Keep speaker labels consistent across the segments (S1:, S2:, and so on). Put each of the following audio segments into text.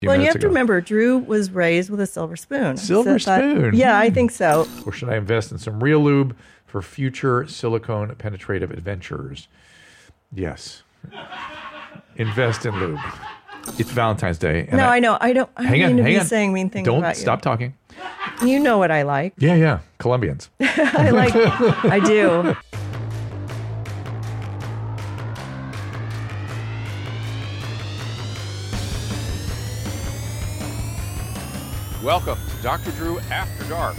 S1: few
S2: Well, and you
S1: minutes
S2: have to
S1: ago.
S2: remember, Drew was raised with a silver spoon.
S1: Silver
S2: So I thought-
S1: spoon?
S2: Yeah, I think so.
S1: Or should I invest in some real lube for future silicone penetrative adventures? Yes. invest in lube. It's Valentine's Day. and
S2: no, I, know. I don't. I don't
S1: Hang
S2: mean
S1: on,
S2: to
S1: hang
S2: be
S1: on.
S2: saying mean things
S1: Don't
S2: about
S1: stop talking.
S2: you. You know what I like.
S1: Yeah, yeah. Colombians.
S2: I like. I do.
S3: Welcome to Dr. Drew After Dark.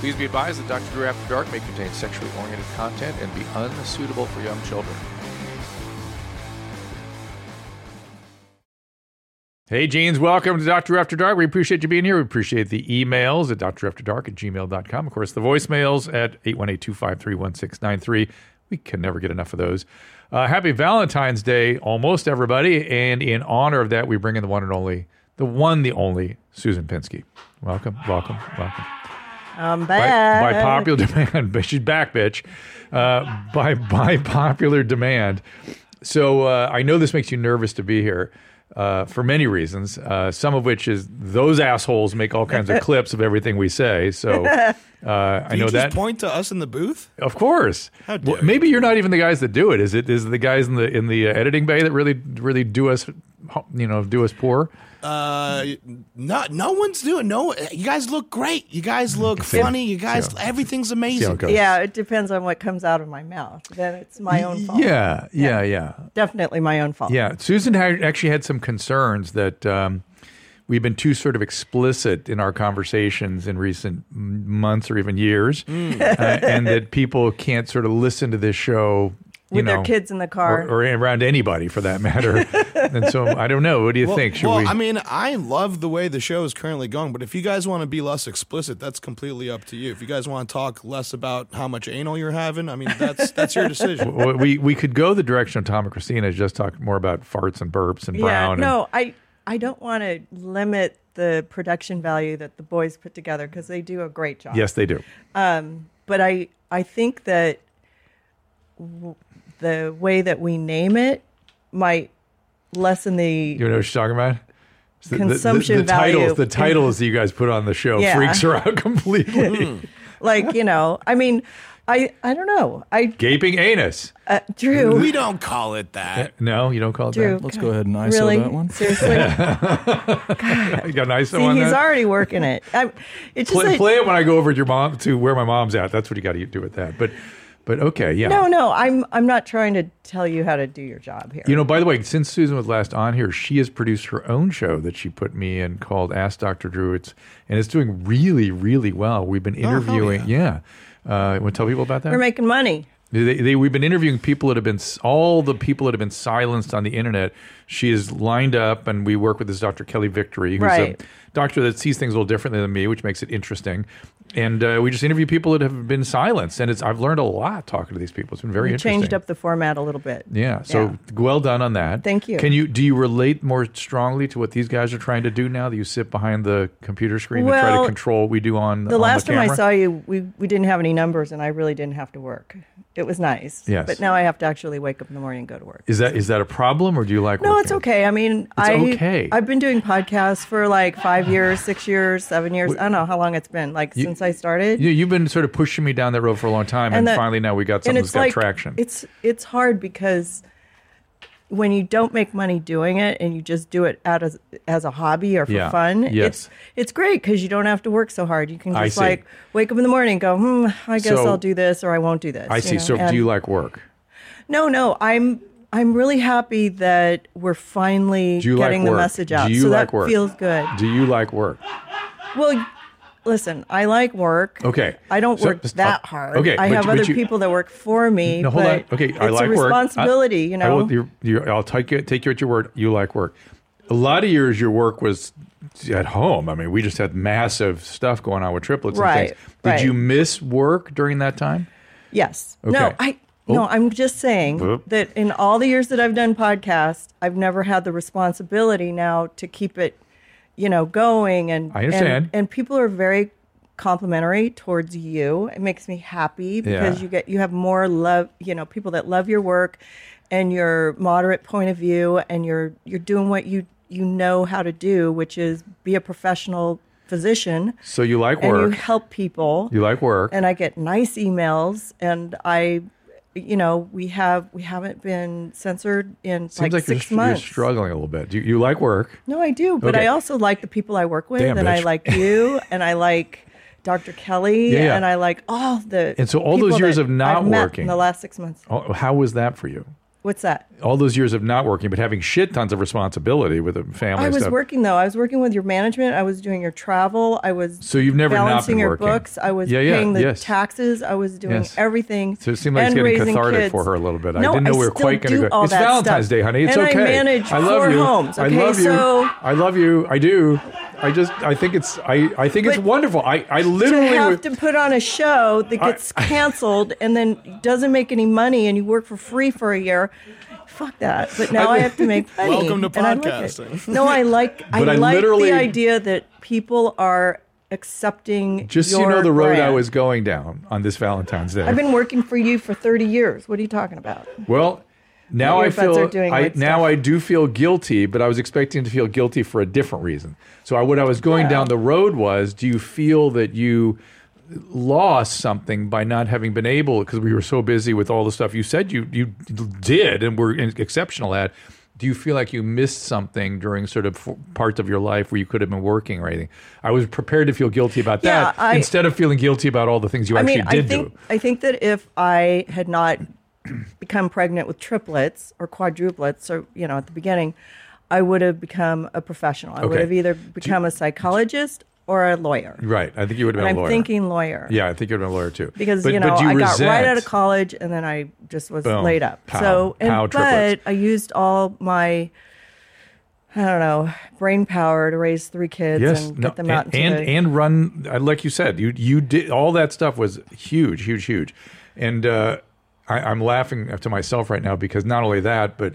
S3: Please be advised that Dr. Drew After Dark may contain sexually oriented content and be unsuitable for young children.
S1: Hey, Jeans, welcome to Dr. After Dark. We appreciate you being here. We appreciate the emails at drafterdark at gmail.com. Of course, the voicemails at 818 253 1693. We can never get enough of those. Uh, happy Valentine's Day, almost everybody. And in honor of that, we bring in the one and only, the one, the only Susan Pinsky. Welcome, welcome, welcome.
S2: I'm
S1: By,
S2: back.
S1: by popular demand, but she's back, bitch. Uh, by by popular demand. So uh, I know this makes you nervous to be here uh, for many reasons. Uh, some of which is those assholes make all kinds of clips of everything we say. So uh, I
S4: You
S1: know
S4: just
S1: that.
S4: point to us in the booth.
S1: of course.
S4: How dare
S1: Well, maybe you're not even the guys that do it. Is it is it the guys in the in the uh, editing bay that really really do us you know do us poor?
S4: Uh, no, no one's doing. No, you guys look great. You guys look funny. You guys,
S1: Mm, see
S4: everything's
S1: See how
S4: amazing.
S1: it goes.
S2: Yeah, it depends on what comes out of my mouth. Then it's my own fault.
S1: Yeah, yeah, yeah.
S2: Definitely my own fault.
S1: Yeah, Susan had actually had some concerns that um, we've been too sort of explicit in our conversations in recent m- months or even years,
S4: Hmm.
S1: uh, and that people can't sort of listen to this show. You
S2: With
S1: know,
S2: their kids in the car.
S1: or, or around anybody for that matter. and so I don't know. What do you
S4: Well,
S1: think? Should
S4: well,
S1: we?
S4: I mean, I love the way the show is currently going, but if you guys want to be less explicit, that's completely up to you. If you guys want to talk less about how much anal you're having, I mean, that's that's your decision.
S1: Well, we we could go the direction of Tom and Christina, just talk more about farts and burps and brown.
S2: Yeah, no, I I don't want to limit the production value that the boys put together because they do a great job.
S1: and, yes, they do.
S2: but I I think that w- the way that we name it might lessen the
S1: You know what she's talking about? It's The, the- the-
S2: Consumption
S1: the,
S2: value.
S1: titles, the titles that you guys put on the show
S2: Yeah. Hmm.
S1: freaks her out completely.
S2: like you know. I mean, I I don't know. I
S1: Gaping anus. Eh,
S2: uh, Drew.
S4: we don't call it
S2: Uh,
S4: that.
S1: No, you don't call it
S2: Drew,
S5: Let's
S2: God,
S5: go ahead and ISO
S2: really?
S5: that one.
S2: Seriously,
S1: that. You got an ISO
S2: See,
S1: on
S2: he's
S1: that?
S2: already working it. I'm, it's just
S1: play,
S2: like,
S1: play it when I go over to your mom to where my mom's at. That's what you got to do with that. But, but okay, yeah.
S2: no, no. I'm I'm not trying to tell you how to do your job here.
S1: You know, by the way, since Susan was last on here, she has produced her own show that she put me in called Ask Dr. Drew. It's and it's doing really, really well. We've
S2: Oh,
S1: been
S4: hell
S1: interviewing, yeah. Uh, want to tell people about that?
S2: We're making money.
S1: They, they, we've been interviewing people that have been all the people that have been silenced on the internet. She is lined up, and we work with this Dr. Kelly Victory, who's
S2: Right.
S1: a doctor that sees things a little differently than me, which makes it interesting. And uh, we just interview people that have been silenced, and it's I've learned a lot talking to these people. It's been very
S2: We
S1: interesting.
S2: changed up the format a little bit.
S1: yeah. So well done on that.
S2: Thank you.
S1: Can you do you relate more strongly to what these guys are trying to do now that you sit behind the computer screen and try
S2: Well,
S1: to control what we do on
S2: the
S1: on
S2: last time I
S1: camera?
S2: saw you, we, we didn't have any numbers, and I really didn't have to work. It was nice.
S1: Yes.
S2: But now I have to actually wake up in the morning and go to work.
S1: Is that is that a problem, or do you like?
S2: No, it's
S1: working?
S2: okay. I mean, I
S1: okay.
S2: I've been doing podcasts for like five years, six years, seven years. I don't know how long it's been. Like since I started,
S1: you, you've been sort of pushing me down that road for a long time, and,
S2: that-
S1: finally now we got
S2: and
S1: something that's
S2: it's
S1: got
S2: like
S1: traction.
S2: it's it's hard because when you don't make money doing it and you just do it out as as a hobby or for
S1: Yeah.
S2: fun,
S1: Yes.
S2: it's it's great because you don't have to work so hard. You can
S1: I
S2: just
S1: see.
S2: like wake up in the morning, and go, hmm, I guess
S1: So-
S2: I'll do this or I won't do this.
S1: I
S2: you
S1: see.
S2: know?
S1: so
S2: And-
S1: do you like work?
S2: No, no, I'm I'm really happy that we're finally
S1: Do you like
S2: getting the
S1: work?
S2: message out.
S1: Do you
S2: so
S1: like
S2: that
S1: work?
S2: feels good.
S1: Do you like work?
S2: Well, listen, I like work.
S1: Okay.
S2: I don't
S1: So-
S2: work
S1: just-
S2: that
S1: uh,
S2: hard.
S1: okay,
S2: I
S1: but-
S2: have
S1: but
S2: other
S1: you-
S2: people that work for me.
S1: No, hold on.
S2: but
S1: Okay, I
S2: it's
S1: like
S2: a
S1: work. I-
S2: responsibility, you
S1: I
S2: know.
S1: will, you you I'll take you take you at your word. You like work. A lot of years, your work was at home. I mean, we just had massive stuff going on with triplets and
S2: Right,
S1: things. Did
S2: right.
S1: you miss work during that time?
S2: yes. No,
S1: Okay.
S2: I
S1: Oh.
S2: no, I'm just saying
S1: Oop.
S2: that in all the years that I've done podcasts, I've never had the responsibility now to keep it, you know, going and
S1: I understand.
S2: and, and people are very complimentary towards you. It makes me happy because
S1: Yeah.
S2: you get you have more love, you know, people that love your work and your moderate point of view and you're you're doing what you you know how to do, which is be a professional physician
S1: So you like
S2: and you
S1: work.
S2: help people
S1: You like work.
S2: and I get nice emails and I you know, we have we haven't been censored in
S1: Seems like,
S2: 6
S1: you're, str- you're
S2: months.
S1: struggling a little bit. You, you like work.
S2: No, I do, but
S1: Okay.
S2: I also like the people I work with,
S1: Damn,
S2: and I
S1: bitch.
S2: like you, and I like Dr. Kelly,
S1: Yeah, yeah.
S2: and I like all the
S1: And so all those
S2: people
S1: years
S2: that
S1: of not
S2: I've met
S1: working-
S2: in the last six months.
S1: Oh, How was that for you?
S2: What's that?
S1: All those years of not working, but having shit tons of responsibility with a family.
S2: I
S1: and
S2: was
S1: stuff.
S2: working though. I was working with your management. I was doing your travel. I was
S1: So you've never not
S2: balancing
S1: been
S2: your
S1: working.
S2: books. I was
S1: Yeah, yeah,
S2: paying the
S1: yes.
S2: taxes. I was doing
S1: Yes.
S2: everything.
S1: So it seemed like
S2: and
S1: it's getting
S2: raising
S1: cathartic
S2: kids.
S1: for her a little bit. I
S2: No,
S1: didn't know we were
S2: still
S1: quite going
S2: do
S1: to go.
S2: all
S1: It's
S2: that
S1: Valentine's
S2: stuff.
S1: Day, honey. It's
S2: and
S1: okay.
S2: I manage
S1: I love
S2: four
S1: you.
S2: homes.
S1: I
S2: Okay,
S1: love you.
S2: so
S1: I love you. I do. I just. I think it's. I. I think it's
S2: But
S1: wonderful. I. I
S2: to
S1: literally.
S2: have
S1: would-
S2: to put on a show that
S1: I-
S2: gets canceled and then doesn't make any money and you work for free for a year. Fuck that. But now I have to make money.
S4: Welcome to
S2: and I like it.
S4: podcasting.
S2: no, I like
S1: But I
S2: I like
S1: literally-
S2: the idea that people are accepting
S1: just so you
S2: your
S1: know the road I
S2: brand.
S1: was going down on this Valentine's Day.
S2: I've been working for you for 30 years. What are you talking about?
S1: Well, now
S2: Your
S1: I
S2: earbuds
S1: feel
S2: are doing
S1: I,
S2: weird
S1: now
S2: stuff.
S1: I do feel guilty, but I was expecting to feel guilty for a different reason. So I, what I was going down the road was, do you feel that you lost something by not having been able because we were so busy with all the stuff you said you you did and were exceptional at? Do you feel like you missed something during sort of f- parts of your life where you could have been working or anything? I was prepared to feel guilty about
S2: Yeah,
S1: that
S2: I-
S1: instead of feeling guilty about all the things you
S2: I
S1: actually
S2: mean, I
S1: did
S2: think
S1: do.
S2: I think that if I had not become pregnant with triplets or quadruplets, or you know, at the beginning, I would have become a professional. I would
S1: Okay.
S2: have either become a psychologist or a lawyer.
S1: Right. I think you would have
S2: And
S1: been
S2: I'm
S1: a lawyer.
S2: thinking lawyer.
S1: Yeah, I think you're a lawyer too.
S2: Because
S1: But-
S2: you know
S1: but do
S2: I got right
S1: resent-
S2: out of college and then I just was
S1: Boom.
S2: laid up.
S1: Pow.
S2: so and
S1: Pow,
S2: but
S1: triplets.
S2: I used all my I don't know brain power to raise three kids
S1: Yes,
S2: and
S1: no,
S2: get them out
S1: and
S2: into
S1: and,
S2: the,
S1: and run uh, like you said, you you did all that stuff was huge, huge, huge, and uh, I, I'm laughing to myself right now because not only that, but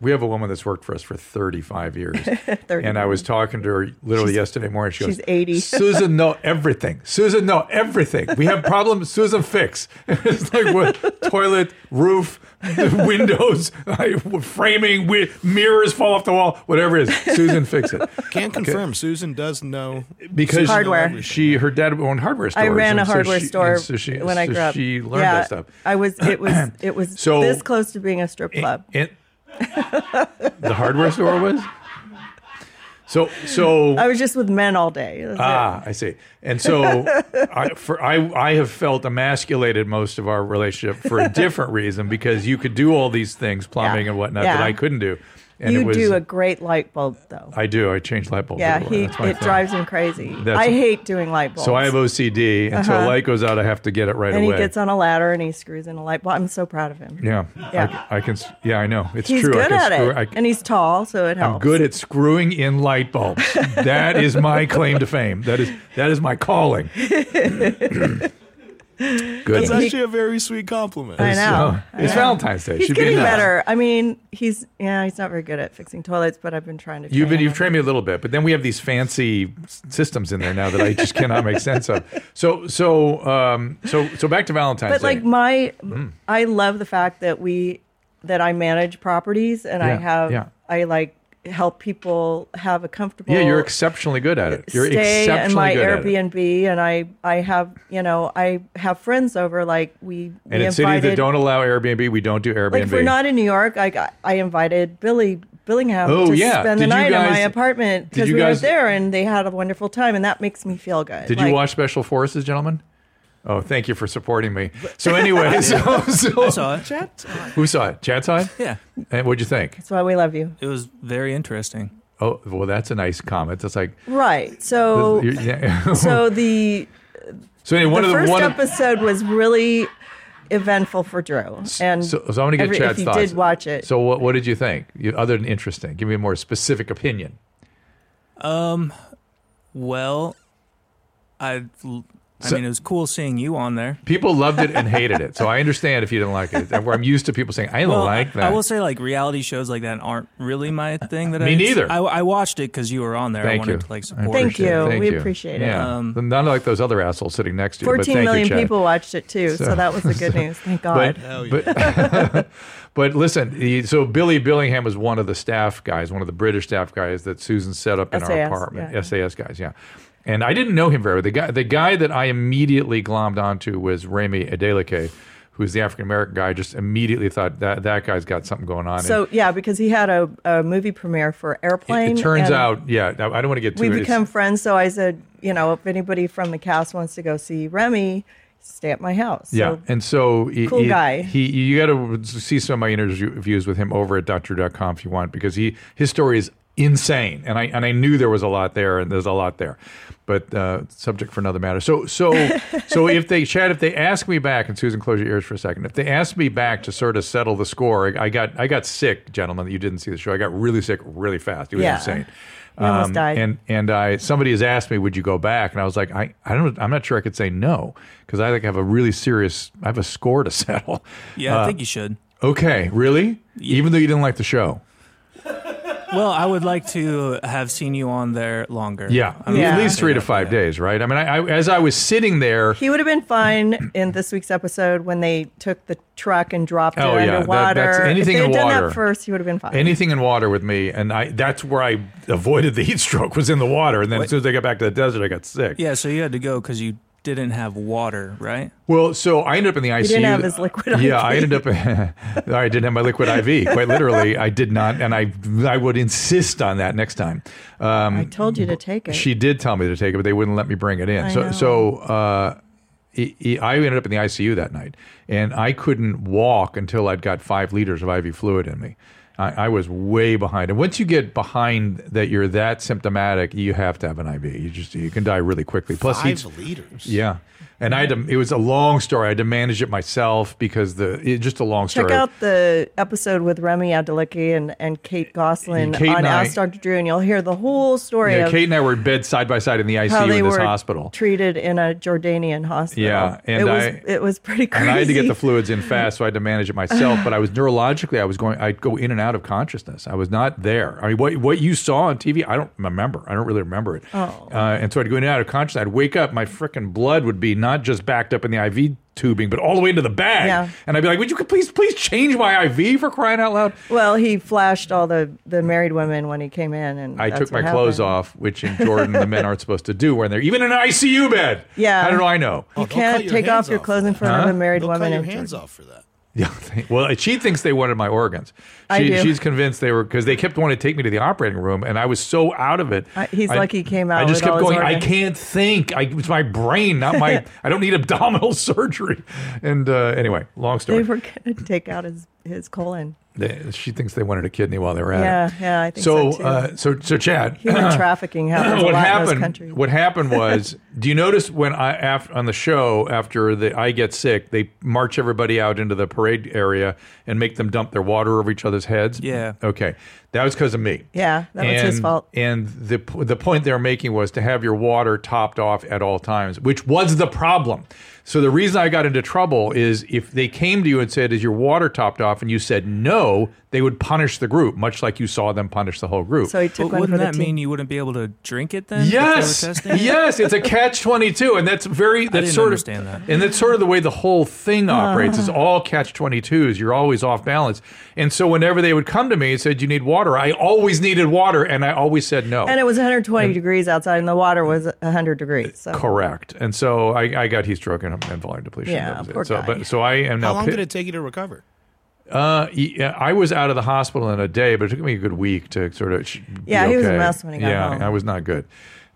S1: we have a woman that's worked for us for 35 years,
S2: 30.
S1: and I was talking to her literally yesterday morning. She
S2: she's
S1: goes,
S2: 80.
S1: Susan know everything. Susan know everything. We have problems. Susan fix. it's like what toilet, roof, windows, framing, wi- mirrors fall off the wall, whatever it is. Susan fix it
S4: Can't confirm. Susan does know.
S1: because
S2: Hardware.
S1: She her dad owned hardware stores.
S2: I ran a
S1: and so
S2: hardware
S1: she-
S2: store
S1: and so she,
S2: when I
S1: so
S2: grew up.
S1: She learned
S2: yeah,
S1: that stuff.
S2: I was it was it was
S1: So-
S2: this close to being a strip club.
S1: And the hardware store was. So so
S2: I was just with men all day. That's it.
S1: ah I see. And so I for I I have felt emasculated most of our relationship for a different reason because you could do all these things plumbing
S2: Yeah.
S1: and whatnot that
S2: Yeah.
S1: I couldn't do. And
S2: you
S1: it was
S2: do a great light bulb though.
S1: I do. I change light bulbs.
S2: yeah,
S1: everywhere.
S2: he it
S1: That's my thing.
S2: drives him crazy.
S1: That's-
S2: I hate doing light bulbs.
S1: So I have OCD, and so a light goes out. I have to get it right
S2: Uh-huh. and
S1: away.
S2: he gets on a ladder and he screws in a light bulb. I'm so proud of him.
S1: Yeah,
S2: Yeah.
S1: I, I can. s- Yeah, I know. It's
S2: He's
S1: true. I
S2: good
S1: can
S2: at
S1: screw,
S2: it,
S1: I,
S2: and he's tall, so it helps.
S1: am good at screwing in light bulbs. that is my claim to fame. That is that is my calling. good.
S4: It's actually a very sweet compliment.
S2: I know. I
S1: uh, it's
S2: know.
S1: Valentine's Day. It
S2: He's
S1: Should
S2: getting
S1: be enough.
S2: better. I mean, he's yeah, he's not very good at fixing toilets, but I've been trying to.
S1: You've
S2: train
S1: been
S2: him.
S1: you've trained me a little bit, but then we have these fancy s- systems in there now that I just cannot make sense of. So so um so so back to Valentine's
S2: But
S1: Day.
S2: like my,
S1: Mm.
S2: I love the fact that we that I manage properties and I
S1: Yeah,
S2: have
S1: yeah.
S2: I like help people have a comfortable.
S1: yeah, you're exceptionally good at it. You're
S2: stay
S1: exceptionally
S2: in my
S1: good at it.
S2: Airbnb, and I I have you know I have friends over. Like we we
S1: And in cities that
S2: invited
S1: don't allow Airbnb, we don't do Airbnb.
S2: like if we're not in New York, I got I invited Billy Billingham
S1: Oh,
S2: to
S1: yeah.
S2: spend the
S1: Did you
S2: night in my
S1: guys- did
S2: apartment because
S1: you
S2: we
S1: guys-
S2: were there and they had a wonderful time, and that makes me feel good.
S1: Did you
S2: Like,
S1: watch Special Forces, gentlemen? Oh, thank you for supporting me. So anyway, so, so-
S5: saw it.
S1: who saw it? Chad saw it.
S5: Yeah,
S1: And what'd you think?
S2: That's why we love you,
S5: it was very interesting.
S1: Oh, well, that's a nice comment. That's like
S2: right? So
S1: you're- yeah.
S2: so the
S1: So anyway, one
S2: the
S1: of the
S2: first
S1: one. of-
S2: episode was really eventful for Drew,
S1: so,
S2: and
S1: so I'm going to get
S2: every-
S1: Chad's
S2: if you
S1: thoughts.
S2: did watch it.
S1: So what, what did you think? You, other than interesting, give me a more specific opinion.
S5: Well, I l-
S1: So-
S5: I mean, it was cool seeing you on there.
S1: People loved it and hated it. So I understand if you didn't like it. Where I'm used to people saying, I don't
S5: Well,
S1: like that.
S5: I will say, like reality shows like that aren't really my thing. That
S1: Me
S5: I,
S1: neither.
S5: I, I watched it because you were on there. I
S1: Thank
S5: wanted
S1: you.
S5: to like
S1: I
S5: support.
S2: Thank
S1: appreciate
S2: you.
S1: it. Thank
S2: We
S1: you.
S2: appreciate it.
S1: Yeah. Not like those other assholes sitting next to you. but
S2: 14
S1: thank you,
S2: million
S1: Chad.
S2: people watched it too, so,
S1: So-
S2: that was the good news. Thank God.
S1: But, but, but listen, he- so Billy Billingham was one of the staff guys, one of the British staff guys that Susan set up in our
S2: SAS,
S1: apartment.
S2: yeah.
S1: SAS guys, yeah. And I didn't know him very well. The guy, the guy that I immediately glommed onto was Remy Adeleke, who's the African American guy. I just immediately thought that that guy's got something going on.
S2: so yeah, because he had a, a movie premiere for
S1: And
S2: Airplane.
S1: it, it turns
S2: and
S1: out, yeah, I I don't want to get too
S2: we
S1: it's-
S2: become friends. So I said, you know, if anybody from the cast wants to go see Remy, stay at my house.
S1: Yeah,
S2: So
S1: and so he,
S2: Cool
S1: he-
S2: guy.
S1: He you got to see some of my interviews with him over at doctor.com if you want because he his story is insane, and I and I knew there was a lot there, and there's a lot there, but uh, subject for another matter. So so so if they Chad, if they ask me back, and Susan, close your ears for a second. If they ask me back to sort of settle the score, I, I got I got sick, gentlemen. That you didn't see the show, I got really sick really fast. It was
S2: Yeah.
S1: insane.
S2: I almost died.
S1: Um, And and I somebody has asked me, would you go back? And I was like, I, I don't I'm not sure I could say no because I think I have a really serious I have a score to settle.
S5: Yeah,
S1: Uh,
S5: I think you should.
S1: Okay, really? Even though you didn't like the show.
S5: Well, I would like to have seen you on there longer.
S1: Yeah,
S5: I mean,
S2: Yeah.
S1: at least three to five days, right? I mean, I, I as I was sitting there,
S2: he would have been fine in this week's episode when they took the truck and dropped
S1: Oh,
S2: it
S1: yeah, that-
S2: underwater.
S1: that's anything
S2: if
S1: in
S2: they'd done
S1: water.
S2: that first, he would have been fine.
S1: anything in water with me, and I that's where I avoided the heat stroke was in the water, and then as soon as I got back to the desert, I got sick.
S5: yeah. So you had to go because you didn't have water, right?
S1: Well, so I ended up in the ICU.
S2: didn't have his liquid
S1: Yeah,
S2: IV.
S1: I ended up. I didn't have my liquid IV. Quite literally, I did not, and I I would insist on that next time. Um,
S2: I told you to take it.
S1: she did tell me to take it, but they wouldn't let me bring it in. so
S2: know.
S1: so uh, e- e- I ended up in the ICU that night, and I couldn't walk until I'd got five liters of IV fluid in me. I, I was way behind, and once you get behind that, you're that symptomatic. You have to have an IV. You just you can die really quickly. Plus, heat,
S4: Five liters.
S1: yeah. And I had to, it was a long story. I had to manage it myself because the it, just a long
S2: Check
S1: story.
S2: out the episode with Remy Adelicki and, and Kate Goslin
S1: Kate
S2: on
S1: and I-
S2: Ask Dr. Drew, and you'll hear the whole story
S1: yeah,
S2: of
S1: Kate and I were in bed side by side in the
S2: how
S1: ICU
S2: they
S1: in this
S2: were
S1: hospital.
S2: treated in a Jordanian hospital.
S1: Yeah, and
S2: it was
S1: I-
S2: it was pretty crazy.
S1: And I had to get the fluids in fast, so I had to manage it myself. But I was neurologically, I was going, I'd go in and out of consciousness. I was not there. I mean, what what you saw on TV, I don't remember. I don't really remember it. Oh. Uh, and so I'd go in and out of consciousness. I'd wake up, my freaking blood would be not just backed up in the IV tubing, but all the way into the bag.
S2: Yeah.
S1: And I'd be like, would you please please change my IV for crying out loud?
S2: Well, he flashed all the, the married women when he came in, and
S1: I
S2: that's
S1: took my
S2: what
S1: clothes
S2: happened.
S1: off, which in Jordan the men aren't supposed to do when they're even in an ICU bed.
S2: Yeah.
S1: How do I know?
S2: You
S4: Oh, they'll cut
S2: can't
S4: your
S2: take
S4: hands
S2: off your
S4: off.
S2: clothes in front of a married
S4: They'll cut
S2: woman.
S4: your
S2: in
S4: hands
S2: Jordan.
S4: off for that.
S1: Yeah. they- Well, she thinks they wanted my organs. She,
S2: I do.
S1: She's convinced they were because they kept wanting to take me to the operating room, and I was so out of it.
S2: I- he's lucky he came out
S1: I just
S2: with
S1: kept
S2: all his
S1: going. I
S2: organs."
S1: can't think. I, it's my brain, not my. I don't need abdominal surgery. And uh, anyway, long
S2: They
S1: story.
S2: were going to take out his, his colon.
S1: They- she thinks they wanted a kidney while they were at
S2: Yeah,
S1: it.
S2: yeah, I think
S1: So,
S2: so, too.
S1: uh, so, so, Chad.
S2: Human trafficking happens
S1: what
S2: a lot in
S1: happened?
S2: those countries.
S1: What happened was, do you notice when I af- on the show after the I get sick, they march everybody out into the parade area and make them dump their water over each other's heads?
S5: Yeah.
S1: Okay, that was because of me.
S2: Yeah, that was his
S1: And-
S2: fault.
S1: And the p- the point they were making was to have your water topped off at all times, which was the problem. So the reason I got into trouble is if they came to you and said, "Is your water topped off?" and you said no, they would punish the group, much like you saw them punish the whole group.
S2: so he took
S5: But
S2: one for
S5: wouldn't
S2: the
S5: that
S2: team.
S5: mean you wouldn't be able to drink it then? if they were
S1: Yes,
S5: testing it?
S1: yes, it's a catch twenty two, and that's very that's
S5: didn't
S1: sort
S5: understand
S1: of
S5: that.
S1: and that's sort of the way the whole thing
S2: Ah.
S1: operates. It's all catch twenty twos. You're always off balance, and so whenever they would come to me and said you need water, I always needed water, and I always said no.
S2: and it was 120 degrees outside, and the water was 100 degrees. So
S1: Correct, and so I, I got heat stroke and, and volume depletion.
S2: Yeah,
S1: That was it.
S2: poor
S1: so,
S2: guy.
S1: But, so I am now.
S4: How long
S1: pi-
S4: did it take you to recover?
S1: uh, yeah, I was out of the hospital in a day, but it took me a good week to sort of. sh- be
S2: Yeah, he was a
S1: okay.
S2: mess when he got
S1: yeah,
S2: home.
S1: I was not good.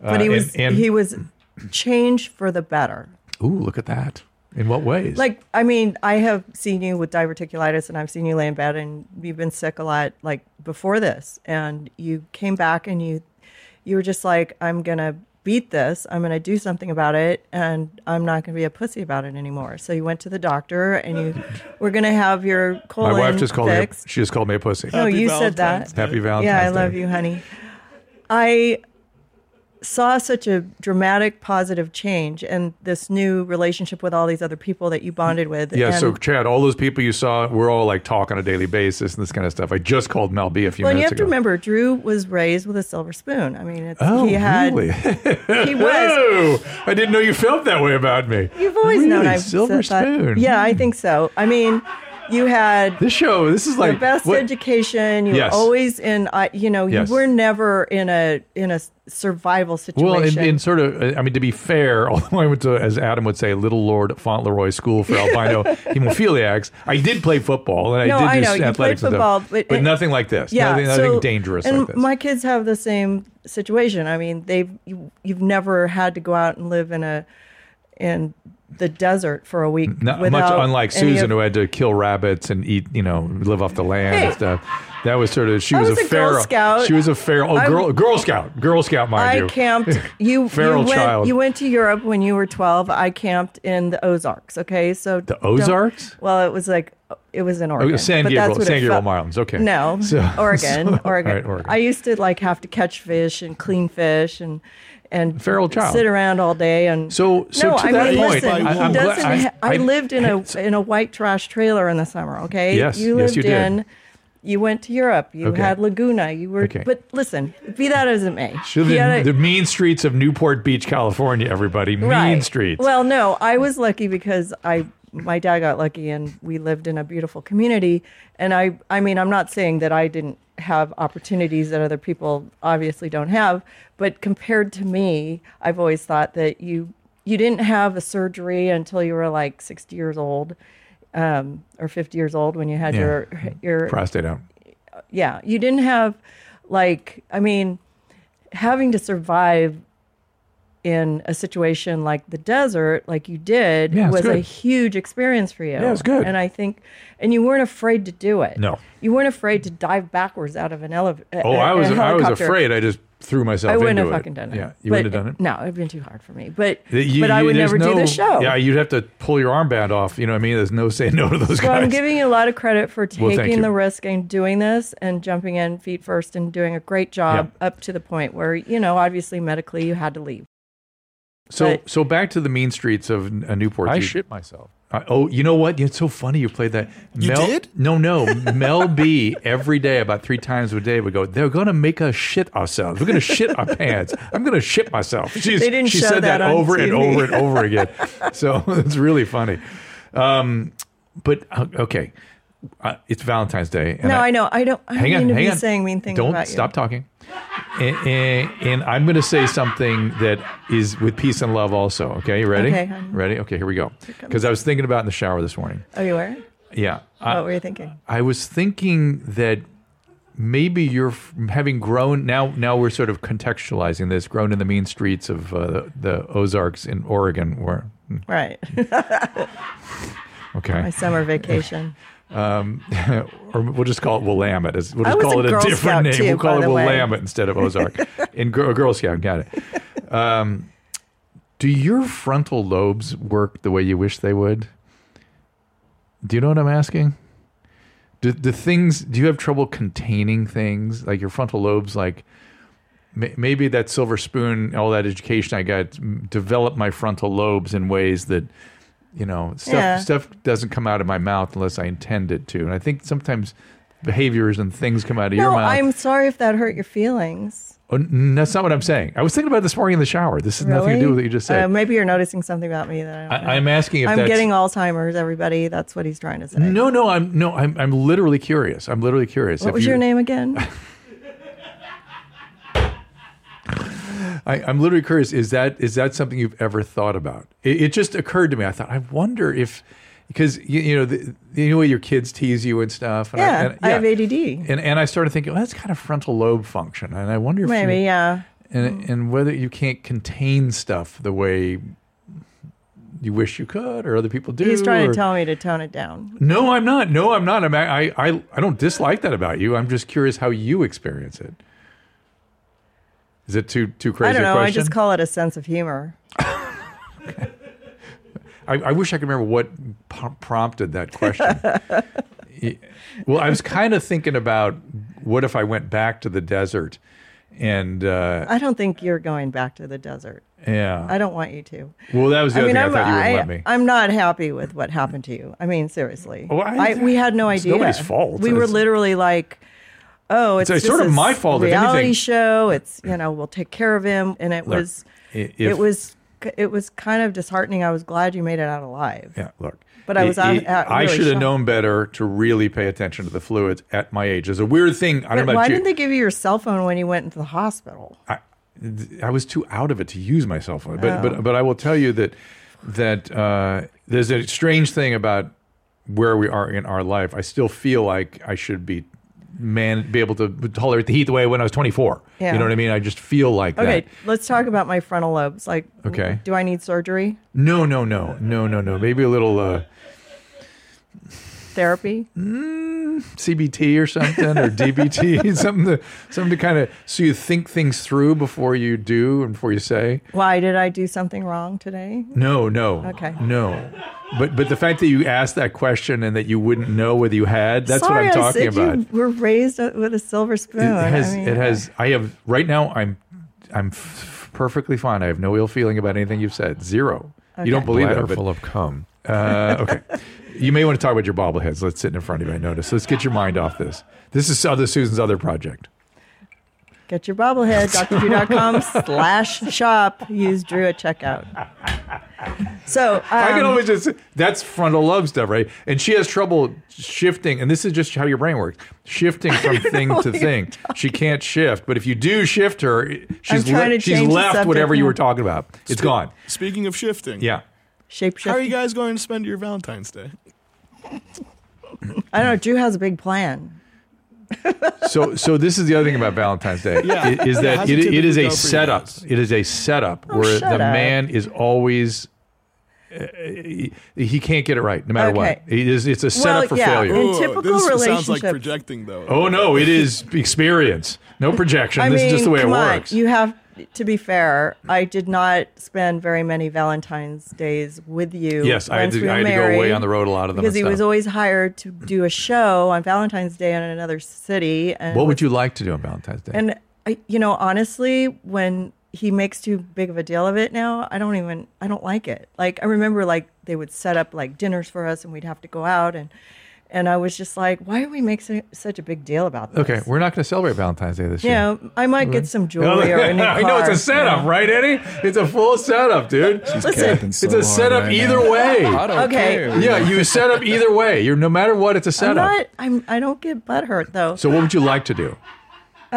S2: but he
S1: Uh,
S2: was
S1: and- and-
S2: he was changed for the better.
S1: Ooh, look at that! In what ways?
S2: Like I mean, I have seen you with diverticulitis, and I've seen you lay in bed, and you've been sick a lot, like before this, and you came back, and you you were just like, I'm gonna beat this, I'm gonna do something about it, and I'm not gonna be a pussy about it anymore. So you went to the doctor, and you were gonna have your colon
S1: my wife just called me.
S2: fixed.
S1: A, she just called me a pussy.
S2: no,
S4: Happy
S2: you said
S4: Valentine's
S2: that.
S1: Happy Valentine's
S2: Yeah, I love
S1: Day.
S2: you, honey. I saw such a dramatic positive change and this new relationship with all these other people that you bonded with.
S1: Yeah,
S2: and,
S1: so Chad, all those people you saw, we're all like talk on a daily basis and this kind of stuff. I just called Mel B a few
S2: well, and you
S1: minutes
S2: have
S1: ago.
S2: to remember, Drew was raised with a silver spoon. I mean, it's,
S1: oh,
S2: he had,
S1: really?
S2: he was.
S1: Whoa! I didn't know you felt that way about me.
S2: You've always
S1: really?
S2: known I've
S1: silver
S2: said that.
S1: spoon.
S2: Yeah, I think so. I mean, you had
S1: This show, this is like
S2: the best
S1: what-
S2: education. You
S1: Yes.
S2: were always in, I- you know,
S1: Yes.
S2: you were never in a in a survival situation.
S1: Well, in, in sort of, uh, I mean, to be fair, although I went to, as Adam would say, Little Lord Fauntleroy School for Albino Hemophiliacs, I did play football and
S2: No,
S1: I did
S2: I
S1: do
S2: know, you played
S1: athletics and
S2: football,
S1: stuff,
S2: but-
S1: but nothing like this.
S2: yeah,
S1: nothing,
S2: so-
S1: nothing dangerous
S2: and
S1: like this.
S2: My kids have the same situation. I mean, they've you, you've never had to go out and live in a in the desert for a week.
S1: Not much
S2: without
S1: unlike
S2: any
S1: Susan,
S2: of-
S1: who had to kill rabbits and eat, you know, live off the land
S2: Hey.
S1: and stuff. That was sort of she
S2: I
S1: was,
S2: was a Girl
S1: feral.
S2: Scout.
S1: She was a feral. Oh,
S2: I'm-
S1: girl, Girl Scout, Girl Scout, mind
S2: I
S1: you.
S2: camped. You
S1: Feral
S2: you went,
S1: child.
S2: You went to Europe when you were twelve. I camped in the Ozarks. Okay, so
S1: The Ozarks?
S2: Well, it was like it was in Oregon,
S1: Okay, Oh, San
S2: but
S1: Gabriel,
S2: that's what it
S1: San Gabriel
S2: felt-
S1: Mountains. Okay,
S2: No,
S1: So-
S2: Oregon,
S1: so-
S2: Oregon.
S1: all right, Oregon.
S2: I used to like have to catch fish and clean fish and and
S1: Feral child.
S2: sit around all day and
S1: So- so
S2: no,
S1: to
S2: I
S1: that
S2: mean,
S1: point,
S2: listen,
S4: I-
S2: he
S4: I'm glad-
S2: doesn't.
S1: I-
S2: ha- I,
S1: I-
S2: lived in a in a white trash trailer in the summer. Okay,
S1: Yes,
S2: you lived
S1: yes, you did.
S2: in. You went to Europe. You
S1: Okay.
S2: had Laguna. You were,
S1: Okay.
S2: but listen, be that as it may,
S1: She lived
S2: he
S1: in
S2: had
S1: the
S2: a-
S1: mean streets of Newport Beach, California. Everybody, mean streets.
S2: well, no, I was lucky because I my dad got lucky and we lived in a beautiful community. And I I mean I'm not saying that I didn't have opportunities that other people obviously don't have, but compared to me, I've always thought that you you didn't have a surgery until you were like 60 years old um, or 50 years old when you had
S1: Yeah.
S2: your your
S1: prostate out.
S2: yeah you didn't have like i mean having to survive in a situation like the desert like you did
S1: Yeah, it's
S2: was a
S1: good.
S2: huge experience for you yeah
S1: it's good.
S2: and i think and you weren't afraid to do it
S1: No.
S2: you weren't afraid to dive backwards out of an elevator
S1: Oh, I was I was afraid. I just threw myself.
S2: I wouldn't
S1: into
S2: have
S1: it.
S2: fucking done it.
S1: Yeah, you
S2: But-
S1: wouldn't have done it.
S2: No, it'd been too hard for me. But
S1: That you-
S2: but I
S1: you-
S2: would
S1: there's
S2: never do
S1: no-
S2: this show.
S1: Yeah, you'd have to pull your armband off. You know what I mean? There's no say no to those
S2: So
S1: guys.
S2: I'm giving you a lot of credit for
S1: Well, thank
S2: taking
S1: you.
S2: the risk and doing this and jumping in feet first and doing a great job up to the point where, you know, obviously medically you had to leave.
S1: so
S2: but-
S1: so back to the mean streets of uh, Newport.
S3: I
S1: You-
S3: shit myself.
S1: I- oh, you know what? It's so funny you played that.
S4: You
S1: Mel,
S4: did?
S1: No, no. Mel B every day, about three times a day, would go, They're going to make us shit ourselves. We're going to shit our pants. I'm going to shit myself. She's,
S2: They didn't
S1: she
S2: show
S1: said
S2: that
S1: that,
S2: on
S1: over and
S2: TV.
S1: over and over again. So it's really funny. Um, but, uh, okay. Uh, it's Valentine's Day. And
S2: no, I, know. I don't I
S1: hang
S2: don't
S1: on,
S2: mean to
S1: hang
S2: be
S1: on.
S2: saying mean things
S1: Don't
S2: about
S1: stop talking. And, and- and I'm going to say something that is with peace and love also. Okay, you ready?
S2: Okay, honey.
S1: ready? Okay, here we go. Because I was thinking about it in the shower this morning.
S2: you. Oh, you were?
S1: Yeah. I,
S2: what were you thinking?
S1: I was thinking that maybe you're f- having grown now. Now we're sort of contextualizing this. Grown in the mean streets of uh, the, the Ozarks in Oregon, where
S2: Right. My
S1: okay,
S2: summer vacation.
S1: Um, or we'll just call it Willamette. As- We'll
S2: I
S1: just
S2: was
S1: call
S2: a
S1: it a
S2: Girl
S1: different
S2: Scout
S1: name.
S2: too,
S1: we'll call
S2: by
S1: it
S2: the way.
S1: Willamette instead of Ozark. and Girl, Girl Scout, got it. Um, do your frontal lobes work the way you wish they would? Do you know what I'm asking? Do the things? Do you have trouble containing things like your frontal lobes? Like ma- maybe that silver spoon, all that education I got m- developed my frontal lobes in ways that you know stuff
S2: Yeah.
S1: stuff doesn't come out of my mouth unless I intend it to. And I think sometimes behaviors and things come out of your
S2: No,
S1: mouth.
S2: I'm sorry if that hurt your feelings.
S1: Oh, n- that's not what I'm saying. I was thinking about this morning in the shower. This has nothing to do with what you just said.
S2: Uh, maybe you're noticing something about me that I don't know.
S1: I, I'm asking if
S2: I'm
S1: that's
S2: getting Alzheimer's, everybody. That's what he's trying to say.
S1: no, no, I'm no, I'm, I'm literally curious. I'm literally curious.
S2: what
S1: If
S2: was
S1: you-
S2: your name again?
S1: I, I'm literally curious. Is that is that something you've ever thought about? It, it just occurred to me. I thought I wonder if because you, you know the, the way your kids tease you and stuff. And I,
S2: yeah,
S1: and,
S2: I have ADD.
S1: And and I started thinking, well, that's kind of frontal lobe function, and I wonder if you-
S2: Maybe, yeah.
S1: and and whether you can't contain stuff the way you wish you could, or other people do.
S2: He's trying
S1: or-
S2: to tell me to tone it down.
S1: No, I'm not. No, I'm not. I'm, I I I don't dislike that about you. I'm just curious how you experience it. Is it too too crazy?
S2: I don't
S1: a
S2: know. I
S1: Question?
S2: just call it a sense of humor.
S1: I, I wish I could remember what p- prompted that question. Y- well, I was kind of thinking about what if I went back to the desert and uh,
S2: I don't think you're going back to the desert.
S1: yeah.
S2: I don't want you to.
S1: well, that was the
S2: I
S1: other thing.
S2: mean,
S1: I
S2: I'm,
S1: thought you wouldn't let
S2: I,
S1: me.
S2: am not happy with what happened to you. I mean, seriously,
S1: Well, I-
S2: I, we had no
S1: it's
S2: idea.
S1: nobody's fault.
S2: We were
S1: It's-
S2: literally like, "Oh, it's,
S1: It's- it's
S2: just
S1: sort of
S2: this
S1: my fault, if
S2: Reality
S1: anything.
S2: show. It's you know, we'll take care of him, and it
S1: Look,
S2: was,
S1: i- if-
S2: it was, it was kind of disheartening. I was glad you made it out alive.
S1: Yeah, look.
S2: But I was out- out
S1: I
S2: really
S1: should have
S2: shocked.
S1: known better to really pay attention to the fluids at my age. It's a weird thing. I don't
S2: But
S1: know about
S2: why
S1: you.
S2: didn't they give you your cell phone when you went into the hospital?
S1: I, I was too out of it to use my cell phone. But but but I will tell you that that uh, there's a strange thing about where we are in our life. I still feel like I should be man be able to tolerate the heat the way when I was 24.
S2: Yeah.
S1: You know what I mean? I just feel like
S2: Okay,
S1: that.
S2: let's talk about my frontal lobes. Like,
S1: Okay.
S2: do I need surgery,
S1: No, no, no, no, no, no. Maybe a little uh,
S2: therapy?
S1: CBT or something or DBT, something to something to kind of so you think things through before you do and before you say.
S2: Why did I do something wrong today?
S1: No, no.
S2: Okay.
S1: No. But but the fact that you asked that question and that you wouldn't know whether you had, that's
S2: Sorry,
S1: what I'm
S2: I
S1: talking
S2: said
S1: about.
S2: You were raised with a silver spoon.
S1: it has
S2: I mean,
S1: it has I have right now I'm I'm f- perfectly fine. I have no ill feeling about anything you've said. Zero. You don't
S2: Okay.
S1: believe
S6: Bladder
S1: that, but
S6: full of cum.
S1: Uh, okay. You may want to talk about your bobbleheads. Let's sit in front of you. I noticed. Let's get your mind off this. This is other Susan's other project.
S2: Get your bobblehead, drdrew.com slash shop. Use Drew at checkout. So, um,
S1: I can always just that's frontal lobe stuff, right? And she has trouble shifting, and this is just how your brain works: shifting from thing to thing. She can't shift, but if you do shift her, she's
S2: trying
S1: le-
S2: to
S1: she's
S2: change the
S1: left
S2: subject
S1: whatever you
S2: now.
S1: were talking about. It's gone.
S4: Speaking of shifting,
S1: Yeah.
S2: shapeshift.
S4: How are you guys going to spend your Valentine's Day?
S2: I don't know. Drew has a big plan.
S1: So so this is the other thing about Valentine's Day
S4: Yeah.
S1: i- is
S4: How's
S1: that
S4: it
S1: it, it is a
S4: typically go for you
S1: setup.
S4: guys?
S1: It is a setup where the
S2: Oh, shut up.
S1: man is always. uh, He he can't get it right, no matter
S2: Okay.
S1: what. It is, it's a setup
S2: Well,
S1: for
S2: yeah.
S1: failure.
S2: In
S4: Ooh,
S2: typical
S4: this sounds like
S2: relationships-
S4: projecting though.
S1: Oh no, it is experience. No projection.
S2: I
S1: this
S2: mean,
S1: is just the way it
S2: come on.
S1: works.
S2: You have to be fair. I did not spend very many Valentine's days with you.
S1: yes, I had,
S2: once
S1: to,
S2: we were
S1: I had to go
S2: married.
S1: away on the road a lot of them.
S2: because he
S1: and
S2: was
S1: stuff.
S2: always hired to do a show on Valentine's Day in another city. And
S1: what
S2: with-
S1: would you like to do on Valentine's Day?
S2: And I, you know, honestly, when he makes too big of a deal of it now, I don't even. I don't like it. Like I remember, like they would set up like dinners for us, and we'd have to go out and. And I was just like, why do we make su- such a big deal about this?
S1: okay, we're not going to celebrate Valentine's Day this
S2: You
S1: year.
S2: know, I might get some jewelry or a new
S1: I know it's
S2: car.
S1: a setup, right, Eddie? It's a full setup, dude.
S2: Listen,
S1: it's a setup either
S6: I
S1: way.
S6: don't
S2: Okay.
S6: care.
S1: Yeah, you set up either way. You're no matter what, it's a
S2: I'm
S1: setup.
S2: not. I'm. I don't get butthurt though.
S1: so what would you like to do?